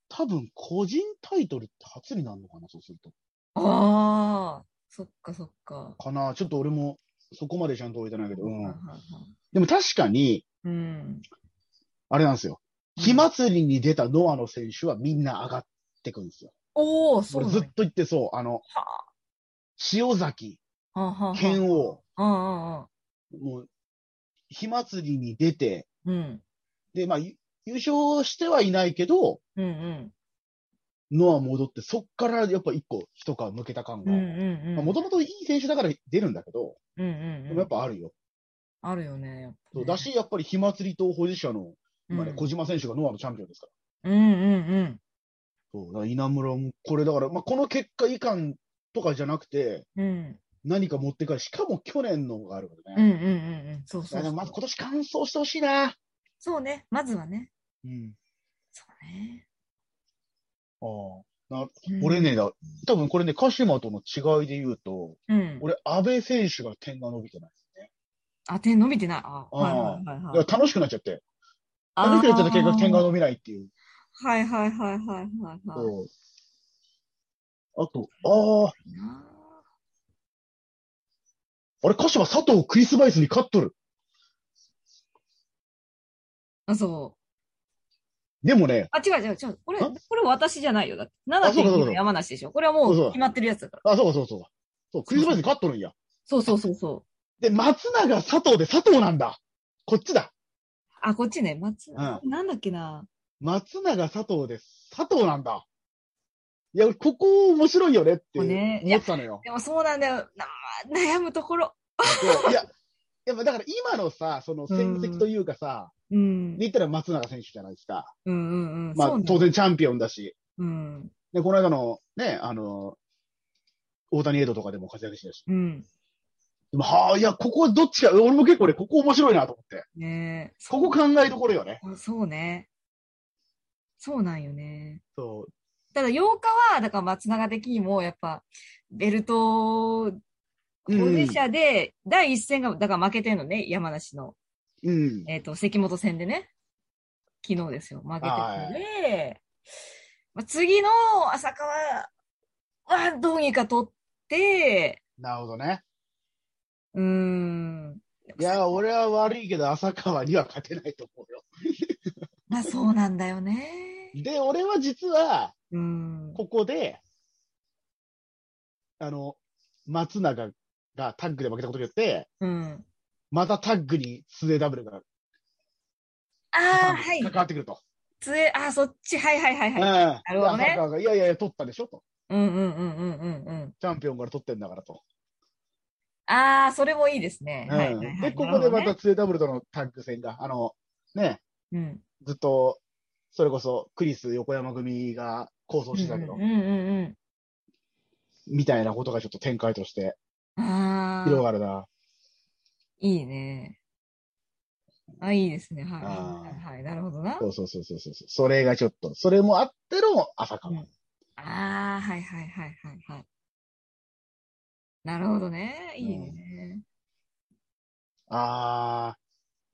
S3: 多分、個人タイトルって初になるのかな、そうすると。
S2: ああ、そっかそっか。
S3: かな、ちょっと俺も、そこまでちゃんと置いてないけど、う
S2: はい
S3: ん。
S2: はいはい
S3: でも確かに、
S2: うん。
S3: あれなんですよ。火祭りに出たノアの選手はみんな上がってくんですよ。
S2: おお、そう
S3: 俺
S2: なん
S3: ず
S2: や
S3: っと言ってそう。あ
S2: は
S3: の、塩崎、
S2: あ、はあ、はあ。
S3: 剣王、
S2: ああ、ああ、
S3: もう、火祭りに出て、
S2: うん。
S3: で、まあ、ゆ優勝してはいないけど、
S2: うんうん。
S3: ノア戻って、そっからやっぱ一個、一皮抜けた
S2: うん
S3: 感
S2: う
S3: が。
S2: んうん。
S3: もともといい選手だから出るんだけど、
S2: うんうん
S3: で
S2: うん。
S3: もやっぱあるよ。
S2: あるよね。やっぱ
S3: そ
S2: ね
S3: うだし、やっぱり火祭り党保持者の、今ね、
S2: うん
S3: 小島選手がノアのチャンピオンですから。
S2: うんうん
S3: そう、だから稲村も、これだから、まあ、この結果以下とかじゃなくて、
S2: うん。うん。
S3: 何か持って帰る。しかも去年のがあるから
S2: うん
S3: ね。
S2: うんうんうん。そう
S3: い
S2: そ
S3: や
S2: う
S3: でもまず今年完走してほしいな。
S2: そうね。まずはね。
S3: うん。
S2: そうね。
S3: ああ。な
S2: うん
S3: 俺。ね、だ多分これね、鹿島との違いで言うと、
S2: うん。
S3: 俺、安倍選手が点が伸びてない。
S2: あ、手伸びてない。あ、
S3: あ
S2: はいはいはいは
S3: だ
S2: い。
S3: から楽しくなっちゃって。
S2: あ
S3: 楽しくなっちゃって結果点が
S2: ー
S3: 伸びないっていう。
S2: はいはいはいはいはいはい。
S3: そうあと、あ
S2: な
S3: あ、あれ、鹿島佐藤クリスバイスに勝っとる。
S2: あ、そう。
S3: でもね、
S2: あ、違う違う違う。これ、
S3: ん
S2: これ私じゃないよ。だって。
S3: そうかそう
S2: 7.2
S3: か
S2: の山梨でしょ。これはも
S3: そうそうう
S2: 決まってるやつだから。
S3: あ、そうかそうかそうか。そう、クリスバイスに勝っとるんや。
S2: そうそうそうそう。
S3: で、松永佐藤で佐藤なんだ。こっちだ。
S2: あ、こっちね。松、
S3: う
S2: なんだっけな。
S3: 松永佐藤です。佐藤なんだ。いや、ここ面白いよねって
S2: もうね
S3: 思った のよ。
S2: でもそうなんだよ。な悩むところ。
S3: そういや、やっぱだから今のさ、その戦績というかさ、
S2: うん。
S3: 言ったら松永選手じゃないですか。
S2: うんうんうん。
S3: ま
S2: そうな
S3: あ
S2: んだ
S3: 当。然チャンピオンだし。
S2: うん。
S3: で、この間のね、あの、大谷エイドとかでも活躍してるし。
S2: うん。
S3: でもはあ、いや、ここどっちか、俺も結構ね、ここ面白いなと思って。
S2: ねえ。
S3: ここ考えどころよね。
S2: あそうね。そうなんよね。
S3: そ
S2: ただ8日は、だから松永的にも、やっぱ、ベルト保
S3: う。
S2: 持者で、第一戦が、だから負けてんのね、山梨の。
S3: うん。
S2: えっ、と、関本戦でね、昨日ですよ、負けて
S3: は
S2: たので、まあ、次の浅川はどうにか取って、
S3: なるほどね。
S2: うーん、
S3: いや、俺は悪いけど、浅川には勝てないと思うよ。
S2: まあそうなんだよね。
S3: で、俺は実は、
S2: うん。
S3: ここで、あの、松永がタッグで負けたことによって、
S2: うん。
S3: またタッグに 2AW が
S2: ああ、は
S3: 関
S2: い。
S3: わってくると。
S2: つえ、あー、そっち、はいはいはい
S3: うん。
S2: はい。なるほどね
S3: で浅川が、いやいやいや、取ったでしょと。
S2: うんうんうんうんうんうん。
S3: チャンピオンから取ってんだからと。
S2: ああ、それもいいですね。
S3: うん
S2: はいはいは
S3: で、
S2: い。
S3: ここでまた
S2: なる
S3: 2AW とのタッグ戦が、あの、ね、
S2: ほどね、
S3: ずっと、それこそ、クリス横山組が構想
S2: うん。
S3: してたけど、
S2: うんうんうん
S3: みたいなことがちょっと展開として
S2: うん。あ
S3: 広
S2: あ、
S3: がるな。
S2: いいね。あ、いいですね。はい
S3: あー
S2: はいはいはい。なるほどな。
S3: そうそうそうそうそう。それがちょっと、それもあっての朝川。
S2: うんああ、はいはいはいはいはい。なるほどね。いいね。
S3: あ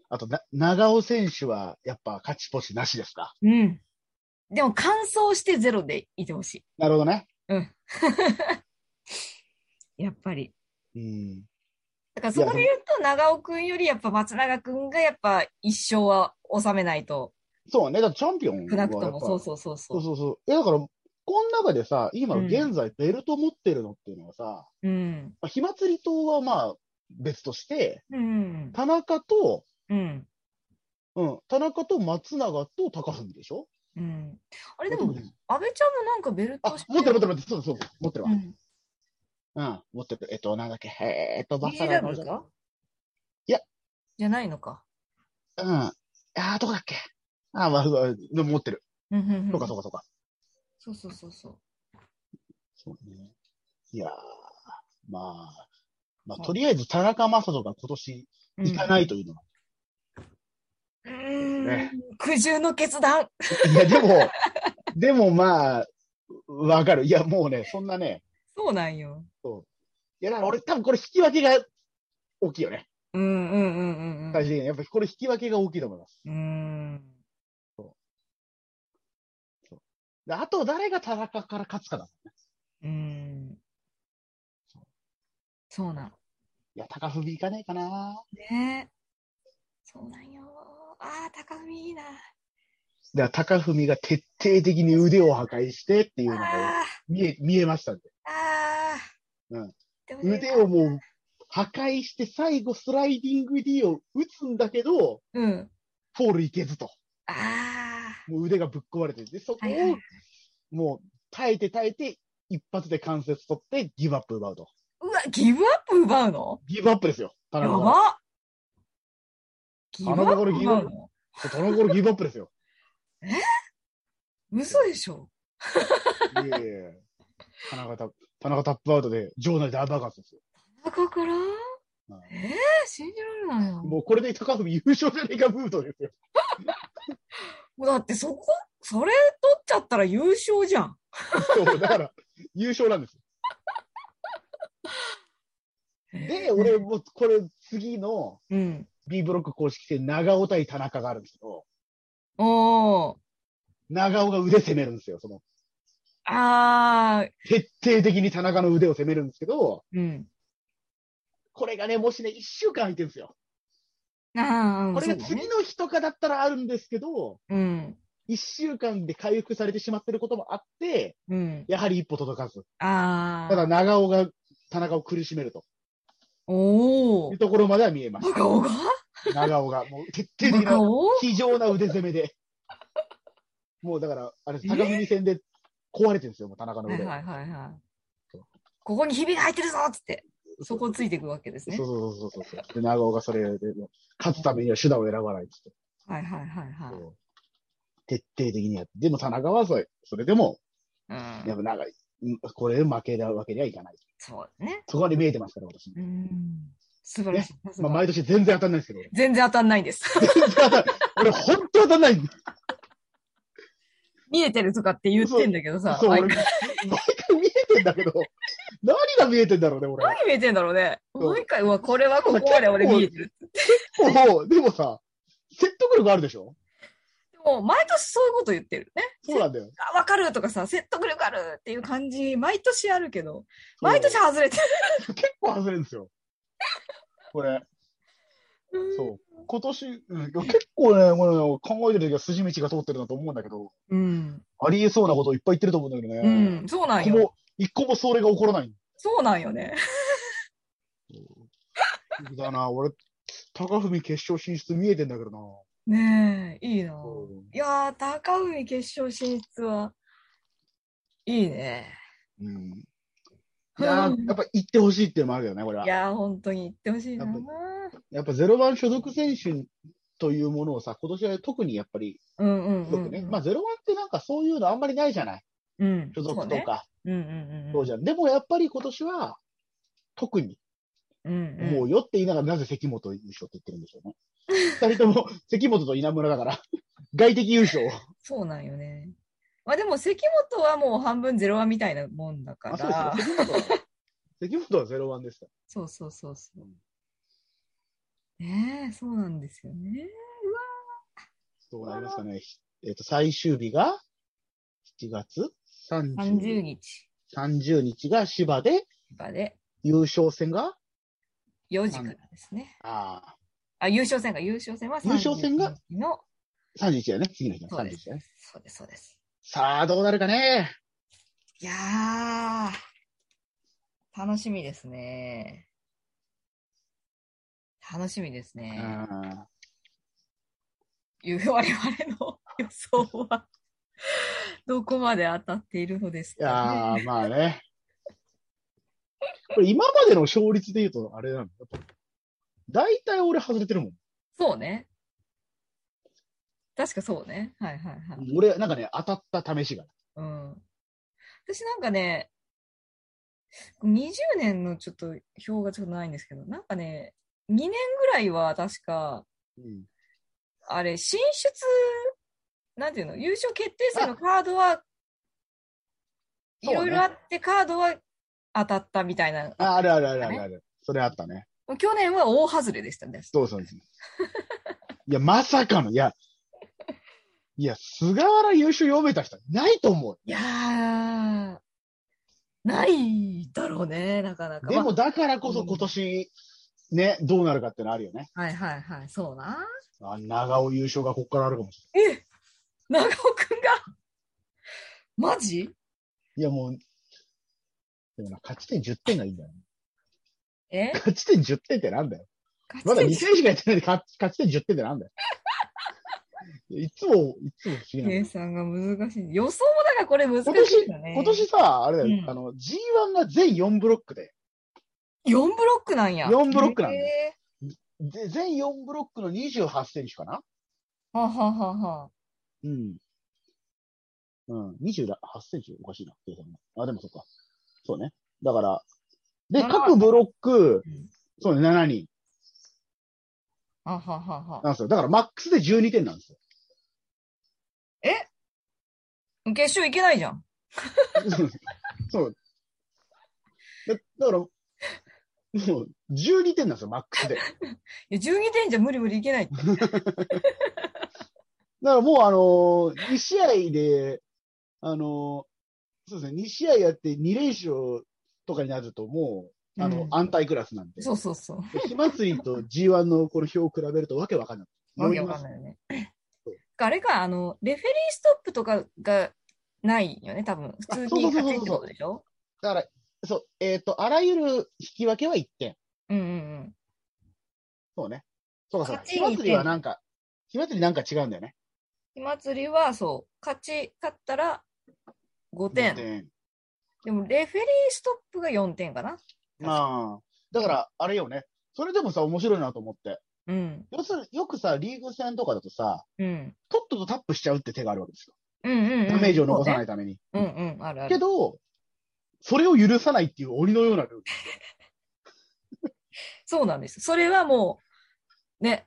S3: ー。あとな、長尾選手は、やっぱ勝ち星なしですか。
S2: うん。でも乾燥してゼロでいてほし
S3: なるほどね。
S2: い。やっぱり。
S3: うん。
S2: だからそこで言うと、長尾くんよりやっぱ松永くんがやっぱ一生は収めないと、
S3: そうね。だってチャンピオン
S2: 少
S3: は
S2: な
S3: やっ
S2: く
S3: ぱ
S2: とも。そうそうそう
S3: そう
S2: そ
S3: そうそう。いや、だから、この中でさ、今
S2: うん
S3: 現在ベルト持ってるのっていうのはさ、
S2: う。うん。
S3: まあ、火祭り党はまあ、別として、
S2: うん。
S3: 田中と、
S2: うん。
S3: うん、田中と松永と高文でしょ
S2: うん。あれでも、安倍ちゃんもなんかベル
S3: あ
S2: トし、
S3: 持ってる持っててる持ってる。そうそう、持ってるわ。
S2: うん。
S3: うん、持ってる。えっと、なんだっけ、えーっと、バッサラの
S2: BW か
S3: いや。
S2: じゃないのか。
S3: うん。ああ、どこだっけああ、まあ、まあでも持ってる。
S2: うんうんうん
S3: そうか、そうか、そうか。
S2: そうそうそうそう。
S3: そうね。いやーまあ、まあ、とりあえず田中将人が今年
S2: うん
S3: 行かないというのは。
S2: うーん
S3: ね
S2: 苦渋の決断。
S3: いや、でも、でもまあ、わかる。いや、もうね、そんなね、
S2: そうなんよ。
S3: いや、だから俺多分これ引き分けが大きいよね。
S2: うんうんうんうんうん。
S3: 最終的に。やっぱりこれ引き分けが大きいと思います。
S2: うーん。
S3: であと、誰が田中から勝つかだ。
S2: うーん。そうなん。
S3: いや、高文行かねえかな。
S2: ねそうなんよ。ああ、高文いいな。
S3: だから高文が徹底的に腕を破壊してっていうのが
S2: あ
S3: 見え、見えましたんで。
S2: あ、ああ。
S3: うん
S2: でもね。
S3: 腕をもう破壊して最後スライディング D を打つんだけど、
S2: うん。
S3: フォールいけずと。
S2: ああ。
S3: もう腕がぶっ壊れてる。で、そこ
S2: はいはい
S3: をもう耐えて耐えて、一発で関節取ってギブアップ奪うと。
S2: うわ、ギブアップ奪うの
S3: ギブアップですよ。田
S2: や
S3: 中が。
S2: ばギブア
S3: あのと
S2: ッ
S3: こ
S2: プ
S3: ろギブア
S2: 奪
S3: ッ
S2: う
S3: プ
S2: の
S3: 田中のギブアップですよ。
S2: 嘘でしょ
S3: いやいやいや田中タップ、田中タップアウトで場内でアバカスですよ。
S2: 中から
S3: ん
S2: ええ信じられないよ。
S3: もうこれで高文優勝じゃねえかムードですよ。
S2: だってそこ、それ取っちゃったら優勝じゃん。
S3: そう、だから、優勝なんですよ。で、俺もうこれ次の
S2: うん。
S3: B ブロック公式戦、長尾対田中があるんですけど、
S2: おー。
S3: 長尾が腕攻めるんですよ。その、
S2: あー。
S3: 徹底的に田中の腕を攻めるんですけど、
S2: うん。
S3: これがね、もしね、1週間空いてるんですよ。
S2: あー。
S3: これが
S2: そうだね
S3: 次の日とかだったらあるんですけど、
S2: うん。
S3: 1週間で回復されてしまってることもあって、
S2: うん。
S3: やはり一歩届かず。
S2: あー。
S3: ただ、長尾が田中を苦しめると
S2: お
S3: い
S2: ー。
S3: うところまでは見えます
S2: バ。カオが
S3: 長尾が、もう徹底的
S2: バカ
S3: な
S2: オ
S3: 非常な腕攻めで。もうだから、あれ、
S2: え
S3: 高文戦で壊れてるんですよ、もう田中の
S2: はい
S3: 腕。
S2: はいはいはい
S3: そう。
S2: ここにひびが入ってるぞっつって、そこをついていくわけですね
S3: そう。そうそうそうそう。で、長尾がそれで、もう勝つためには手段を選ばないっつって。
S2: はいはいはいはい
S3: こう徹底的にやって。でも田中はそれ、それでも、。
S2: うん
S3: やっぱ長い。うんこれで負けるわけにはいかない。
S2: そうですね。
S3: そこまで見えてますから、私。
S2: うん。素晴らしい。さす
S3: ま
S2: が
S3: あ、毎年全然当たんないですけど。
S2: 全然当たんないです。
S3: 俺、本当当たんない。
S2: 見えてるとかって言ってんだけどさ、
S3: そう、俺、
S2: 毎
S3: 毎
S2: 回
S3: 回見えてんだけ ど、何が見えてんだろうね、俺。
S2: 何見えてんだろうね。
S3: そう
S2: もう一回、うわ、これはここまで俺見えてる。
S3: もう、でもさ、説得力あるでしょ
S2: でも、毎年そういうこと言ってるね。
S3: そうなんだよ。
S2: あ、わかるとかさ、説得力あるっていう感じ、毎年あるけど、毎年
S3: そう
S2: 外れて
S3: 結構外れるんですよ。これ、
S2: る。
S3: そう。今年、うん、結構ね、もう考えてる時は筋道が通ってるなと思うんだけど、
S2: うん。
S3: ありえそうなことをいっぱい言ってると思うんだけどね。
S2: うん、そうなん
S3: 一個
S2: よ。
S3: も、一個もそれが起こらない。
S2: そうなんよね。
S3: だな、俺、高文決勝進出見えてんだけどな。
S2: ねえ、いいな
S3: そ。う
S2: いやー、高海決勝進出は、いいね。
S3: うん。いや
S2: うん
S3: ーやっぱ行ってほしいっていうのもあるよね、これは。
S2: いやー、本当に言ってほしいな
S3: やっ。やっぱゼロ番所属選手というものをさ、今年は特にやっぱり、
S2: うんうん
S3: す
S2: う
S3: ご
S2: んう
S3: く
S2: ん。
S3: ね、まあゼロ番ってなんかそういうのあんまりないじゃない
S2: うん、
S3: 所
S2: そ
S3: 属
S2: う
S3: と
S2: ね。
S3: か、
S2: うんうんうん。
S3: そうじゃん。でもやっぱり今年は、特に
S2: うんうん
S3: 思うよって言いながら、なぜ関本優勝って言ってるんでしょうね。二人とも 関本と稲村だから、 外的優勝。
S2: そうなんよね。まあでも関本はもう半分ゼロワンみたいなもんだか
S3: あそうですよ
S2: ら。
S3: 関本は、関本はゼロ番ですから。
S2: そうそうそうそう。ねえ、そうなんですよね。
S3: どうなりますかね。えっ、と、最終日が、7月
S2: 30
S3: 30日。
S2: 日
S3: 30日が芝で、
S2: まで
S3: 優勝戦が、
S2: 4時からですね。
S3: ああ、
S2: あ、優勝戦が優勝戦は
S3: 優勝戦が
S2: 30日の、
S3: 31だよね。次の日の
S2: そう
S3: 31
S2: です
S3: だよね。
S2: そうです、そうです。
S3: さあ、どうなるかね。
S2: いやー、楽しみですね。楽しみです
S3: う
S2: ね。
S3: ん。
S2: いう 我々の予想は、どこまで当たっているのです
S3: い
S2: か、
S3: や
S2: ね。
S3: ー、まあね。これ今までの勝率で言うと、あれなの。やっぱ大体俺外れてるもん。
S2: そうね。確かそうね。はいはいはい。
S3: 俺、なんかね、当たった試しが。
S2: うん。私なんかね、20年のちょっと表がちょっとないんですけど、なんかね、2年ぐらいは確か、
S3: うん。
S2: あれ、進出、なんていうの、優勝決定戦のカードは、い
S3: そうね
S2: ろいろあって、カードは当たったみたいな。
S3: ああるあるあるあるある。それあったね。
S2: 去年は大外れでしたね。
S3: そうそ うそう。いや、まさかの、いや、いや、菅原優勝読めた人いないと思う。
S2: いやー、ないだろうね、なかなか。
S3: でも、
S2: ま
S3: だからこそ今年、ね、どうなるかってのあるよね。
S2: あはいはいはい、そうな。
S3: あ長尾優勝がここからあるかもし
S2: え長尾くんがマジ
S3: れない。いや、もう、でもな、勝ち点10点がいいんだよ、ね。
S2: え
S3: 勝ち点10点ってなんだよ。ま
S2: 勝
S3: だ
S2: ち
S3: 2戦しかやってないで勝勝ち点10点ってなんだよ。 いやいつも、いつも不思議なんだ
S2: 計
S3: よ。
S2: 算が難しい。予想もだからこれ難し
S3: 今
S2: い
S3: 年
S2: んだ、ね。
S3: 今年さ、あれだよ、
S2: うん
S3: あの、G1 が全4ブロックで、
S2: 4ブロックなんや。
S3: 四ブロックなんだよ
S2: え
S3: で全4ブロックの28選手かな
S2: ーはあはあはあはあ。
S3: うん。うん、28センチおかしいな、計算が。あ、でもそっか。そうね。だから、で、
S2: 7
S3: 各ブロック
S2: うん、
S3: そうね、7人
S2: はははは
S3: なんですよ。だからマックスで12点なんですよ。
S2: 決勝いけないじゃん。
S3: そう。だだから、もう12点なんですよ、マックスで。だか
S2: いや、12点じゃ無理無理いけないって。
S3: らもうあのー、2試合で、あのー、そうですね、2試合やって2連勝とかになるともう、あの、
S2: うん
S3: 安泰クラスなんで。
S2: そうそうそう。
S3: 火祭りと G1 のこの表を比べるとわけわかんない。
S2: わけわかん
S3: い。
S2: ないよね
S3: そう。
S2: あれか、あの、レフェリーストップとかがないよね、多分。普通に勝ちってことでしょ
S3: だから、そう、えっ、と、あらゆる引き分けは1点。
S2: うんうんうん。
S3: そうね。そうかそうか。
S2: 勝ち
S3: 火
S2: に一点
S3: 祭りはなんか、火祭りなんか違うんだよね。
S2: 火祭りは、そう、勝ち、勝ったら5点。
S3: 5点
S2: でも、レフェリーストップが4点かな。
S3: まあ、だから、あれよね。それでもさ、面白いなと思って。
S2: うん。
S3: 要するに、よくさ、リーグ戦とかだとさ、
S2: うん。
S3: とっととタップしちゃうって手があるわけですよ。
S2: うんうん、うん。
S3: ダメージを残さ
S2: い。
S3: ないために。
S2: ううんうん、あるあ
S3: け
S2: る。
S3: ど、それを許さないっていう鬼のようなルール。
S2: そうなんです。それはもう、ね、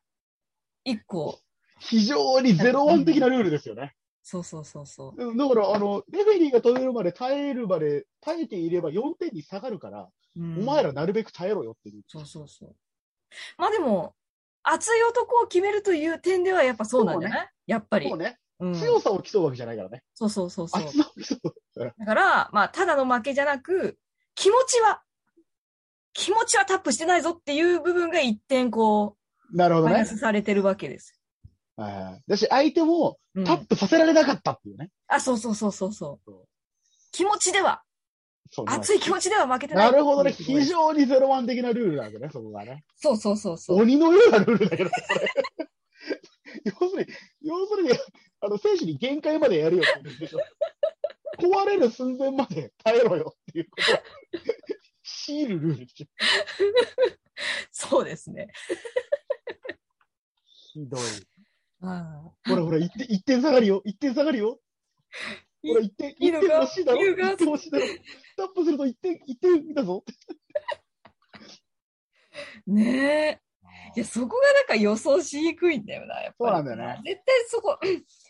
S2: 1個。
S3: 非常にゼロワン的なルールですよね。
S2: そうそうそうそう。
S3: だから、あの、レフェリーが止めるまで耐えるまで、耐えていれば4点に下がるから、
S2: うん
S3: お前らなるべく耐えろよっていう。
S2: そうそうそう。まあでも、熱い男を決めるという点ではやっぱそうなんじゃない、やっぱり。
S3: そうね、
S2: うん、
S3: 強さを競うわけじゃないからね。
S2: そうそうそうそう。
S3: 熱さを競う。
S2: だから、まあ、ただの負けじゃなく、気持ちは、気持ちはタップしてないぞっていう部分が一点こ
S3: なるほ
S2: う、
S3: ど
S2: マイナ
S3: ね。
S2: スされてるわけです。
S3: はいだし、相手も
S2: うん
S3: タップさせられなかったっていうね。
S2: あ、そうそうそうそうそう
S3: そう。
S2: 気持ちでは、
S3: そうね
S2: 熱い気持ちでは負けてない。
S3: なるほどね。
S2: っていう
S3: 非
S2: ところです
S3: 常にゼロワン的なルールなわけね、そこがね。
S2: そうそうそうそう。
S3: 鬼のようなルールだけど、こ れ。要するに、要するに、あの、選手に限界までやるよって言うんでしょ。壊れる寸前まで耐えろよっていうことを強いるルールでしょ
S2: そうですね。
S3: ひどい。
S2: あ
S3: ほらほら、一点一点下がりよ、一点下がりよ。ほら、一点、一点欲しいだろ、
S2: いいのか
S3: 一点欲しいだろ。タップすると一点、一点だぞ。
S2: ーねえ。いや、そこがなんか予想しにくいんだよな、やっぱり。
S3: そうなんだよね
S2: 絶対そこ、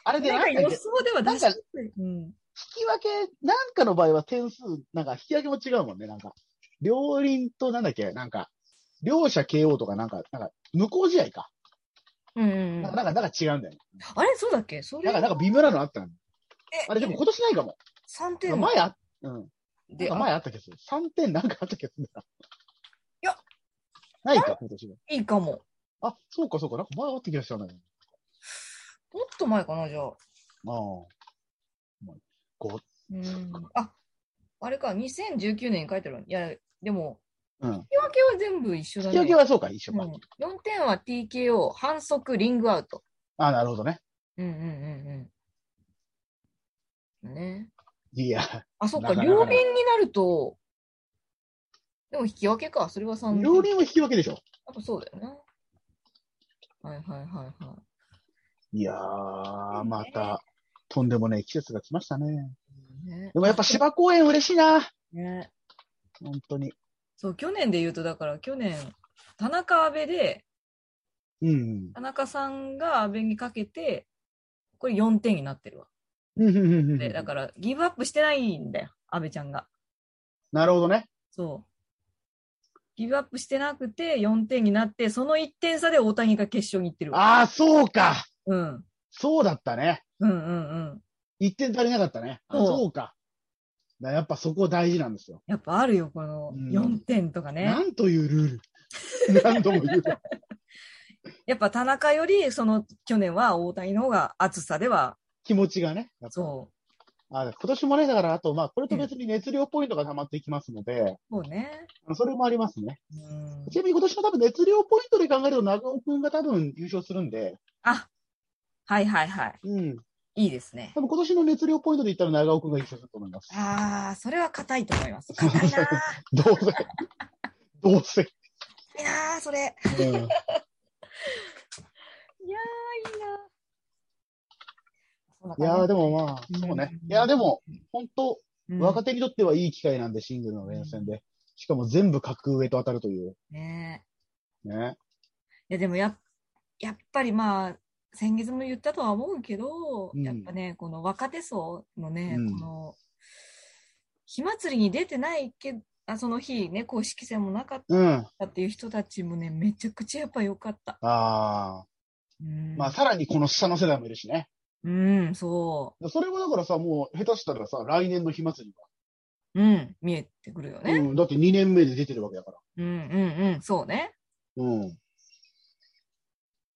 S3: あれで
S2: な
S3: なんん
S2: か
S3: か、
S2: 予
S3: 引
S2: 想では出しにくい。うん。
S3: き分け、なんかの場合は点数、なんか引き分けも違うもんね、なんか。両輪となんだっけ、なんか、両者 KO とかなんか、なんか、無効試合か。
S2: うんうんう
S3: なん
S2: ん
S3: か、なんかなんか違うんだよね。
S2: あれそうだっけそれ
S3: なんか、なんか微妙なのあったの。
S2: え
S3: あれでも今年ないかも。
S2: 3
S3: なんか
S2: 点
S3: 前あ、うん。なん
S2: で
S3: か
S2: あ
S3: 前あったけど、3点なんかあったけど。い
S2: や。
S3: ないか、今年。
S2: いいかも。
S3: あ、そうかそうか、なんか前あった気がしたんだよね。
S2: もっと前かな、じゃあ。
S3: ああ。まあご
S2: うん。あ、あれか、2019年に書いてあるわ。いや、でも、
S3: うん。
S2: 引き分けは全部一緒だ
S3: 引
S2: ね。
S3: き分けはそうか、一緒か。
S2: うん、4点は TKO、反則、リングアウト。
S3: あなるほどね。
S2: うんうんうんうん。ね。
S3: いや、
S2: あ、そっか、
S3: なかなか
S2: 両
S3: ね
S2: 輪になると、でも引き分けか。それは3点。
S3: 両輪は引き分けでしょ。
S2: あとそうだよね。はいはいはいはい。
S3: いやー、また、とんでもない季節が来ましたね。
S2: ね
S3: でもやっぱ芝公園嬉しいな。
S2: ね、
S3: 本当に。
S2: そう去年で言うとだから去年田中阿部で
S3: うん。
S2: 田中さんが阿部にかけてこれ4点になってるわ
S3: うん、うん、うんうん。
S2: でだからギブアップしてないんだよ阿部ちゃんが
S3: なるほどね。
S2: そうギブアップしてなくて4点になってその1点差で大谷が決勝に行ってるわ
S3: ああ、そうか。
S2: うん、うん
S3: そうだったね。
S2: うんうん
S3: 一点足りなかったね。あ
S2: そう
S3: そうか。だやっぱそこ大事なんですよ。
S2: やっぱあるよこの
S3: うん
S2: 4点とかね、
S3: なんというルー ル。何度も言うと。
S2: やっぱ田中よりその去年は大谷の方が熱さでは
S3: 気持ちがね。やっぱ
S2: そ
S3: あ今年もね、だから、あと、まあ、これと別に熱量ポイントが溜まっていきますので、
S2: うそうね
S3: それもありますね。
S2: うん
S3: ちなみに今年も多分熱量ポイントで考えると、長尾くんが多分優勝するんで、
S2: あはいはいはい
S3: うん。
S2: いいですね。
S3: 多分今年の熱量ポイントで言ったら長尾くんが優勝すると思います。
S2: ああ、それは硬いと思います。硬いなー。硬
S3: どう せ。どうせ。
S2: いなー、それ。
S3: うん。
S2: いやー、いいなー。
S3: いやー、でもまあ、そうね。いやー、でも、本当若
S2: っ
S3: 手にとってはいい機会なんで、シングルの連戦で。しかも全部格上と当たるという。
S2: ね
S3: ね。
S2: えいや、でもやっ、やっぱりまあ、先月も言ったとは思うけど、
S3: うん
S2: やっぱね、この若手層のね、
S3: うん
S2: この、火祭りに出てないけど、あその日ね、公式戦もなかっ
S3: うん。あ
S2: たっていう人たちもね、めちゃくちゃやっぱ良かった。
S3: あ
S2: うん
S3: ー。まあ、さらにこの下の世代もいるしね。
S2: うん、そ
S3: それはだからさ、もう下手したらさ、来年の火祭り
S2: う。うん、見えてくるよね。
S3: は。うん。だって2年目で出てるわけだから。
S2: うんうんうん、そうね。
S3: うん。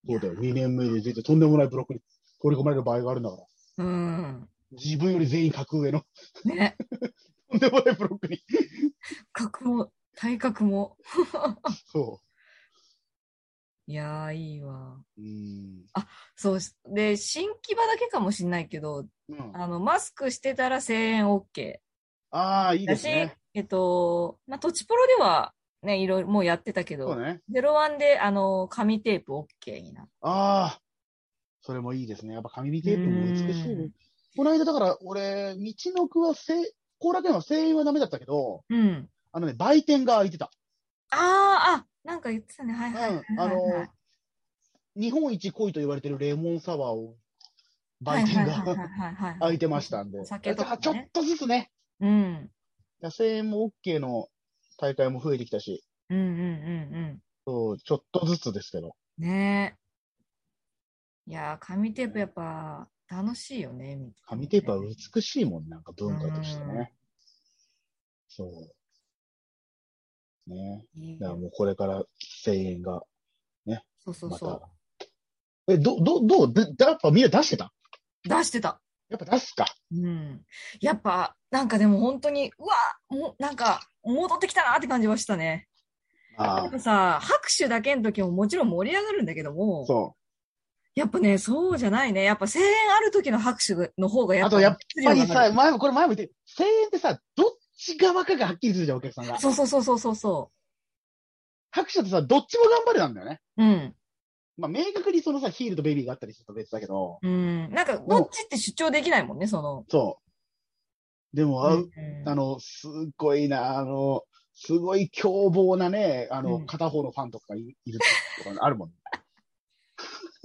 S3: そうだよ。2年目で出て、とんでもないブロックに取り込まれる場合があるんだから。
S2: うん。
S3: 自分より全員格上の、
S2: ね。
S3: とんでもないブロックに。
S2: 格も、体格も。
S3: そ
S2: いやー、いいわ。
S3: う。うん。
S2: そうしで、新木場だけかもしれないけど、
S3: うん、
S2: あの、マスクしてたら1000円 OK。
S3: ああ、いい
S2: だ
S3: で
S2: し、
S3: すね。
S2: えっと、まあ、土地プロではね、いろいろもうやってたけ
S3: そう
S2: ど、
S3: ね。
S2: ゼロワンで、あの、紙テープ OK になっ
S3: ああ、それもいいですね。やっぱ紙テープも美しいね
S2: うん。
S3: この間、だから俺、道の区はせ、後楽園は声援はダメだったけど、
S2: うん。
S3: あのね、売店が開いてた。
S2: ああ、あ、なんか言ってたね。は
S3: う
S2: い
S3: ん
S2: はいはいはい。。
S3: あ
S2: はい
S3: の、日本一濃いと言われてるレモンサワーを、売店
S2: はいはい
S3: が
S2: はいはいはい。
S3: 開いてましたんで。
S2: 酒とかね
S3: ちょっとずつね、
S2: うん。
S3: 声援も OK の大会も増えてきたし、
S2: うんうんうん
S3: そう、ちょっとずつですけど。
S2: うん。ねえ。いやー、紙テープやっぱ楽しいよね。見てて
S3: 紙テープは美しいもん、なんか文化として
S2: うん
S3: ね。そう。ね。
S2: いい
S3: だからもうこれから声援が、
S2: そうそう
S3: ま
S2: そ
S3: た。え、ど、ど、どうでだやっぱみんな出してた
S2: う。出してた。
S3: やっぱ出すか。
S2: うん。やっぱ、なんかでも本当に、うわもなんか、戻ってきたなって感じはしたね。
S3: あ
S2: や
S3: あ
S2: っ、ぱさ、拍手だけの時ももちろん盛り上がるんだけども、
S3: そ
S2: やっぱね、そうじゃないね。やっぱ声援ある時の拍手の方がやっぱ
S3: あとやっ
S2: 熱
S3: う。
S2: 量
S3: やっ
S2: が
S3: ぱ
S2: 上が
S3: り
S2: る
S3: さ、前も、これ前も言って、声援ってさ、どっち側かがはっきりするじゃん、お客さんが。
S2: そうそうそうそうそうそ
S3: 拍手ってさ、どっちも頑張れなんだよね。
S2: う。うん。
S3: まあ、明確にそのさ、ヒールとベビーがあったりすると別だけど、
S2: うん。なんか、どっちって主張できないもんね、その。
S3: そう。でも、あ
S2: うん
S3: あの、すごいな、あの、すごい凶暴なね、あの、
S2: うん
S3: 片方のファンとかいいるとかあるもん、ね。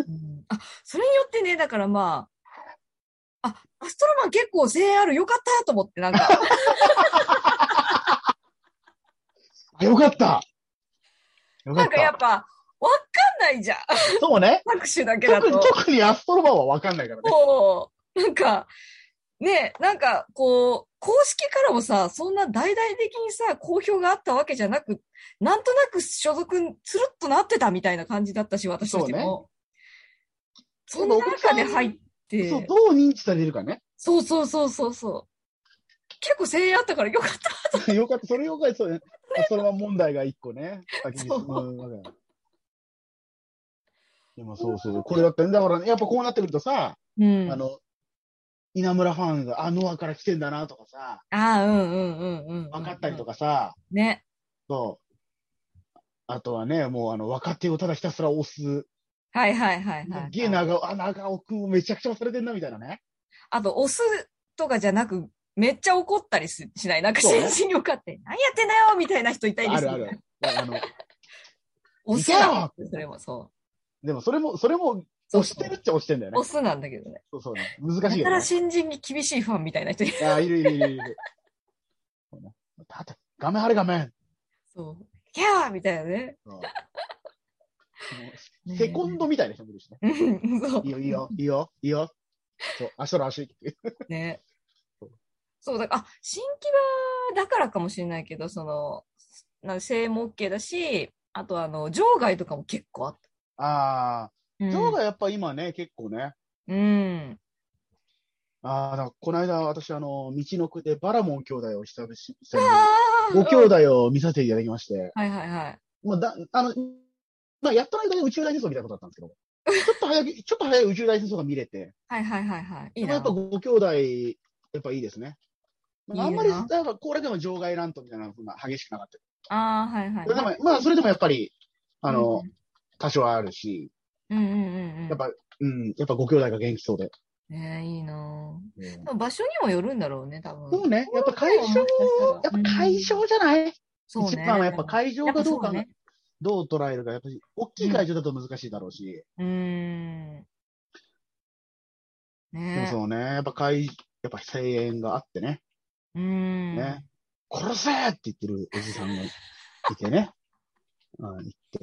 S2: うんあ、それによってね、だからまあ、あ、アストロマン結構声援ある、よかったと思って、 なんか、
S3: あよかったよか
S2: な
S3: っ。
S2: んかやったぱ、わかんないじゃん。
S3: そうね。
S2: 拍手だけだ
S3: 特に
S2: と。、
S3: 特にアストロバーは分かんないからね。
S2: もう、なんか、ねえ、なんか、こう、公式からもさ、そんな大々的にさ、公表があったわけじゃなく、なんとなく所属、つるっとなってたみたいな感じだったし、私としても。そ,、
S3: うね
S2: の中で入って、
S3: そう、どう認知されるかね。
S2: そうそうそうそうそう。結構声援あったからよかった。
S3: よかった、それよかった、そうね。アストロバー問題が一個ね、先に進
S2: そう
S3: むわけだでもそうそう、これだったね。だからね、やっぱこうなってくるとさ、
S2: うん。
S3: あ
S2: あ
S3: の、稲村ファンが、あ、ノアから来てんだなとかさ、
S2: あ、うんうんうんうん。
S3: 分かったりと
S2: か。
S3: かさ、
S2: ね。
S3: そう。あとはね、もうあの、若手をただひたすら押す。
S2: はいはいはいはい。
S3: ゲー長尾、あ、長尾くんめちゃくちゃ押されてんな、みたいなね。
S2: あと、押すとかじゃなく、めっちゃ怒ったりししない。なんか、
S3: そう
S2: 心身よかって、何やってんだよみたいな人いたり
S3: あ
S2: す
S3: るある。あの、
S2: 押すなそれもそう。
S3: でもそれも、それも
S2: そうそ
S3: 押し
S2: う
S3: てるっちゃ押してんだよね。
S2: 押すなんだけどね。
S3: そうそうね。難
S2: だ
S3: しい
S2: か
S3: よね
S2: ら。新人に厳しいファンみたいな人いる。
S3: いや、いるいるいるいる。そうねだって、画面あれ画面。
S2: そう。キャーみたいなね。
S3: そう
S2: ね
S3: セコンドみたいな人もいるしね。
S2: うん そう
S3: いいよ、いいよ、いいよ、いいよ。そう、足とら足。
S2: ね。そう、だから、あ、新規場だからかもしれないけど、その、なん声援も OK だし、あとあの、場外とかも結構あった。
S3: あ
S2: う
S3: あ、
S2: ん
S3: ジョーがやっぱ今ね、結構ね。
S2: うん。
S3: ああ、だからこの間、私、あの、道のくでバラモン兄弟を久々に、久々に
S2: ああ
S3: ご兄弟を見させていただきまして、
S2: はいはいはい。
S3: まあ、だあの、まあ、やっとの間で宇宙大戦争みたいなことだったんです けど、ちょっと早く、ちょっと早い宇宙大戦争が見れて、
S2: はいはいはいはい。い
S3: で
S2: い
S3: も
S2: な。
S3: やっぱご兄弟、やっぱいいですね。まああんまり、
S2: いい
S3: や
S2: な
S3: っぱ、これでも場外乱闘みたいなのが激しくなかった。
S2: ああ、はいはい。
S3: それでも、まあ、それでもやっぱり、あの、
S2: うん
S3: 多少はあるし、
S2: うんうんうん。
S3: やっぱ、うん、やっぱご兄弟が元気そうで。
S2: ねえ、いいなぁ
S3: うん
S2: でも場所にもよるんだろうね、多分。
S3: そうね、やっぱ会場、やっぱ会場じゃない
S2: そう
S3: 一
S2: ね。
S3: 番はやっぱ会場
S2: やっぱ
S3: がど
S2: そう
S3: か
S2: うね。
S3: どう捉えるか、やっぱり、大きい会場だと難しいだろうし、
S2: うーん。
S3: でも
S2: ねえ。
S3: そうね、やっぱ会、やっぱ声援があってね、
S2: うーん。
S3: ね殺せーって言ってるおじさんがいてね、 うん、いて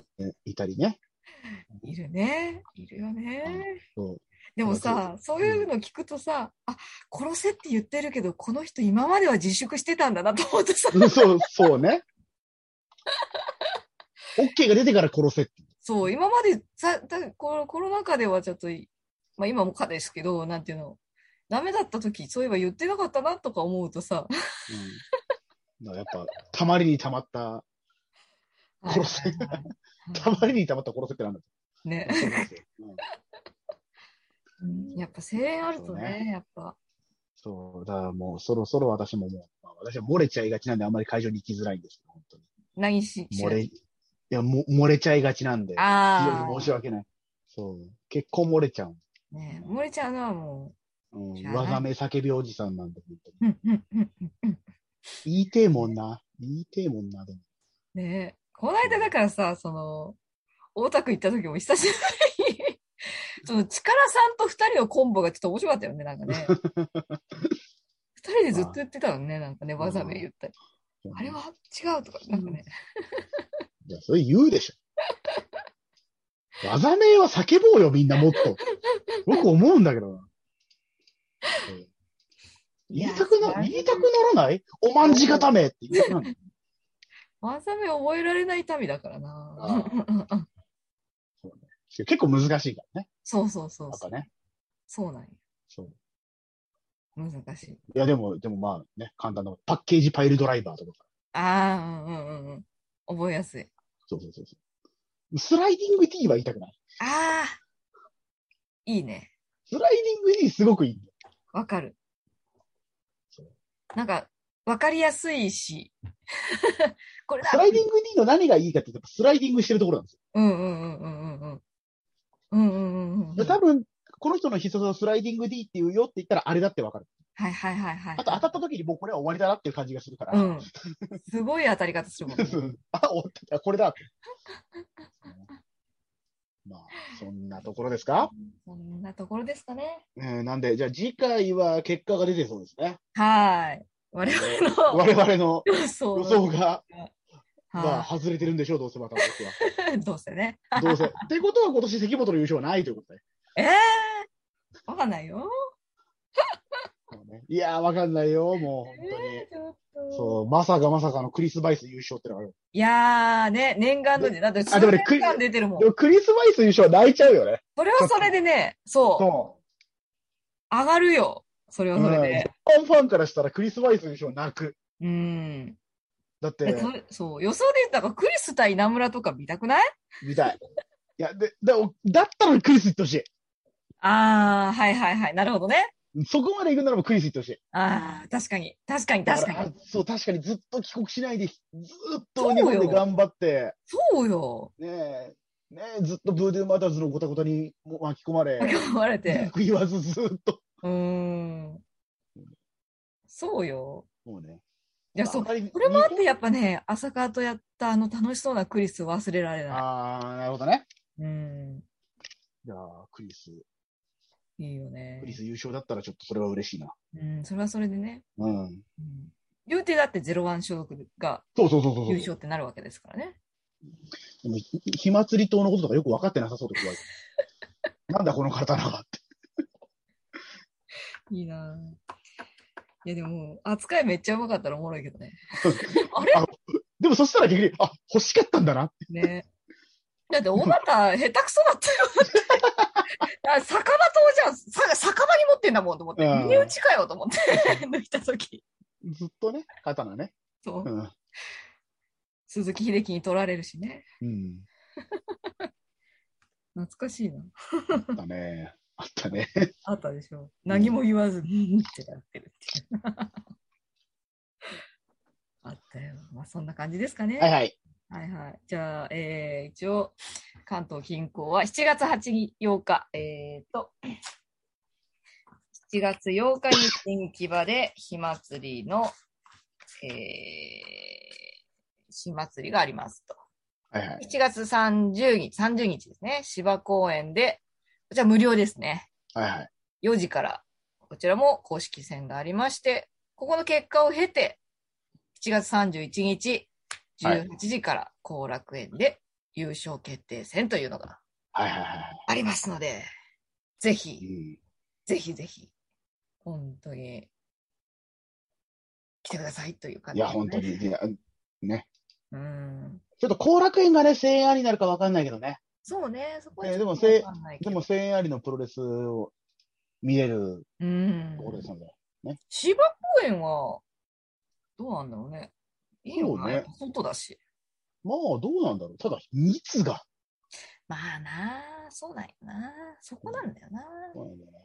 S3: いたりね。
S2: いるね。いるよね。
S3: そう
S2: でもさ、そういうの聞くとさ、あ、殺せって言ってるけど、この人今までは自粛してたんだなと思ってさ、
S3: うんそう、そうね。OK が出てから殺せって。
S2: そう、今までさ、だコロコロナ禍ではちょっとい、まあ今もかですけど、なんていうの、ダメだった時、そういえば言ってなかったなとか思うとさ、
S3: うん、だからやっぱ、たまりにたまった、殺せ
S2: はいはいはい
S3: たまりにたまった殺せってなんだ
S2: ね。
S3: そうなんですようん
S2: やっぱ声援あると
S3: そう
S2: ね、
S3: ね
S2: やっぱ。
S3: そう、だからもうそろそろ私ももう、まあ私は漏れちゃいがちなんであんまり会場に行きづらいんですけど、本当に。
S2: 何し、
S3: 漏れ、いや、も漏れちゃいがちなんで、非
S2: あ
S3: 常に申し
S2: あ、
S3: 訳ない。そう、結構漏れちゃう。
S2: ね漏れちゃうのはも
S3: う
S2: しゃあな
S3: ん、
S2: い
S3: わがめ叫びおじさんなんで、本当に。
S2: う、うんうんうんうんうん。
S3: 言いてえもんな。言いてえもんな、でも。
S2: ねこの間だからさ、その、大田区行った時も久しぶりに、その、力さんと二人のコンボがちょっと面白かったよね、なんかね。二人でずっと言ってたのね、なんかね、わざめ言ったり。あれは違うとか、なんかね。
S3: いや、それ言うでしょ。 技名は叫ぼうよ、みんなもっと。僕思うんだけどな。うん言いたくな、言いたくならないおまんじ固めって言いたくなる。
S2: わざめ覚えられない民だからな。
S3: 結構難しいからね。
S2: そうそうそう
S3: やっ
S2: そ
S3: ぱ
S2: う。
S3: ね。
S2: そうなんよ。
S3: そう。
S2: 難しい。
S3: いや、でも、でもまあね、簡単な。パッケージパイルドライバーとか。
S2: ああ、うんうんうんうん。覚えやすい。
S3: そうそうそうそう。スライディング T は言いたくない。
S2: ああ、いいね。
S3: スライディング T すごくいい。
S2: わかる
S3: そう。
S2: なんか、わかりやすいし。 これだ
S3: スライディング T の何がいいかって言うと、スライディングしてるところなんですよ
S2: うんうんうんうんうんうん。うんうんうんうん。
S3: で多分、この人の必殺のスライディング D って言うよって言ったら、あれだってわかる。
S2: はいはいはいはい。
S3: あと当たった時にもうこれは終わりだなっていう感じがするから。
S2: うん。すごい当たり方するもん ね。
S3: あ、終わった。これだって。まあ、そんなところですか、
S2: そんなところですかね。
S3: えーなんで、じゃあ次回は結果が出てそうですね。
S2: はーい。我 々の
S3: 我々の
S2: 予想
S3: 予想が、まあ、
S2: は
S3: 外れてるんでしょう、どうせまた私は。
S2: い。どうせね。
S3: どうせ。ってことは今年関本の優勝はないということで。
S2: ええー、わかんないよ。
S3: そうねいやー、わかんないよ、もう、本当に。
S2: えーちょっと
S3: そう、まさかまさかのクリス・バイス優勝ってのがある。
S2: いやーね、念願のね、だって数
S3: あでもね
S2: 年間出てるもん
S3: で。もクリス・バイス優勝は泣いちゃうよね。
S2: それはそれでね、そう、
S3: そう。
S2: 上がるよ。それはそれで。
S3: ジャパンファンからしたらクリス・バイス優勝泣く。
S2: うん。
S3: だっ
S2: え
S3: て、
S2: そそう、予想で言ったらクリス対稲村とか見たくない
S3: 見たい。いや、で、でもだったらクリス行ってほし
S2: あー、はいはいはい。なるほどね。
S3: い。そこまで行くならばクリス行ってほしい。
S2: あー、確かに。確かに確か
S3: だら
S2: に。
S3: あそう、確かにずっと帰国しないで、ずっ
S2: そう
S3: と
S2: よ
S3: 日本で頑張って、
S2: そうよ。
S3: ねえ、ねえ、ずっとブードゥーマターズのごたごたにも巻き込ま れ、
S2: 思われて
S3: 文。句言わずずっと。
S2: うーん。そうよ。
S3: もうね。
S2: いや、そう。
S3: あんまり
S2: これもあって、やっぱね、朝川とやったあの楽しそうなクリス忘れられな
S3: あー、なるほどね。
S2: い。うん。
S3: いやークリス、
S2: いいよね
S3: ク。リス優勝だったらちょっとそれは嬉しいな。
S2: うん、それはそれでね。
S3: うん。
S2: うん。言うてだって01所属が
S3: そうそうそうそうそう。
S2: 優勝ってなるわけですからね。
S3: でも、ひひまつり党のこととかよく分かってなさそうで怖い。 なんだこの刀はって。
S2: いいなぁいやでも、扱いめっちゃうまかったらおもろいけど ね。あれ
S3: でもそしたら逆に、あ、欲しかったんだな。
S2: ね。だって、尾形、下手くそだったよ。あ 酒場刀じゃん。さ酒場に持ってんだもんと思って。
S3: うん
S2: 身内かよと思って。 抜いたとき。
S3: ずっとね、刀ね。
S2: そうう。
S3: ん。
S2: 鈴木秀樹に取られるしね。
S3: うん。
S2: 懐かしいな。
S3: あったね。あったね。
S2: あったでしょ。何も言わず、にってなってるっていう。 あったよ。まあ、そんな感じですかね。
S3: はいはい。
S2: はいはい。じゃあ、えー一応、関東近郊は7月8日、えーと、7月8日に新木場で、火祭りの、えー、火祭りがありますと。
S3: はいはい。
S2: 7月30日、30日ですね、芝公園で、こちら無料ですね。
S3: はいはい。
S2: 4時から、こちらも公式戦がありまして、ここの結果を経て、7月31日、
S3: はい
S2: 18時から後楽園で優勝決定戦というのが
S3: はいはいはい。
S2: ありますので、ぜ
S3: う
S2: ひ、
S3: ん。
S2: ぜひぜひ、本当に、来てくださいという感
S3: い
S2: じ
S3: や、
S2: ですね、
S3: 本当に。いや、ね。
S2: うん。
S3: ちょっと後楽園がね、声援ありになるか分かんないけどね。
S2: そうね、そこは
S3: えー
S2: ち
S3: で
S2: ょ
S3: も
S2: っと
S3: せ
S2: わかんないけ
S3: で
S2: ど
S3: も声援ありのプロレスを見れる
S2: うん
S3: ところですので。
S2: 芝公園は、どうなんだろうね。いいよ
S3: そう
S2: ね
S3: ね。
S2: 外だし。
S3: まあ、どうなんだろう。ただ、密が。
S2: まあなあ、そうなんやな。そこなんだよな。
S3: そうなんだよね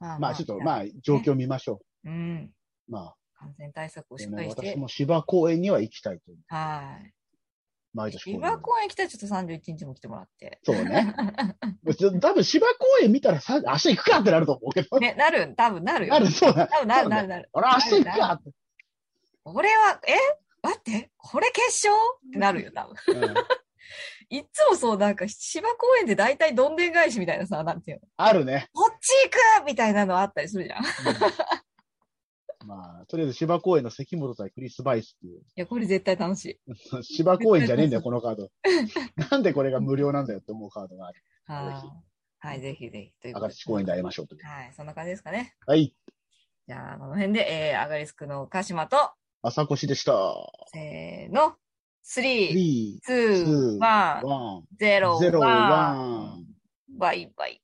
S2: ま
S3: まあちょっと、まあ状況見ましょ
S2: うん。
S3: う。ま
S2: 感染対策を
S3: あ、
S2: し
S3: で
S2: っ
S3: も
S2: かりして
S3: 私。も芝公園には行きたいという。
S2: はい。
S3: 毎年
S2: リ
S3: 園
S2: バー公園来たらちょっと31日も来てもらって。
S3: そうね。 多分芝公園見たらさ、明日行くかってなると思うけど。
S2: ね、なる、多分なるよ。
S3: なる、そうだ。
S2: 多分なる、なる、なる。
S3: 俺明日行くかって。
S2: これは、え待って、これ決勝ってなるよ、多分。
S3: うん
S2: いっつもそう、なんか、芝公園で大体どんでん返しみたいなさ、なんていうの。
S3: あるね。
S2: こっち行くみたいなのあったりするじゃん。 い
S3: うんまあ、とりあえず芝公園の関本対クリス・バイスっていう。
S2: や、これ絶対楽しい。
S3: 芝公園じゃ ねえんだよ、このカード。なんでこれが無料なんだよって思うカードがある。
S2: はい。はい、ぜひぜひ。ということ
S3: 赤
S2: で
S3: 土公園で会いましょうという。
S2: はい、そんな感じですかね。
S3: はい。
S2: じゃあ、この辺で、えー、アガリスクの鹿島と、
S3: 朝越でした。
S2: せーの、3、
S3: 3、
S2: 2、1、0、
S3: 1、
S2: 1。
S3: 0、1。
S2: バイバイ。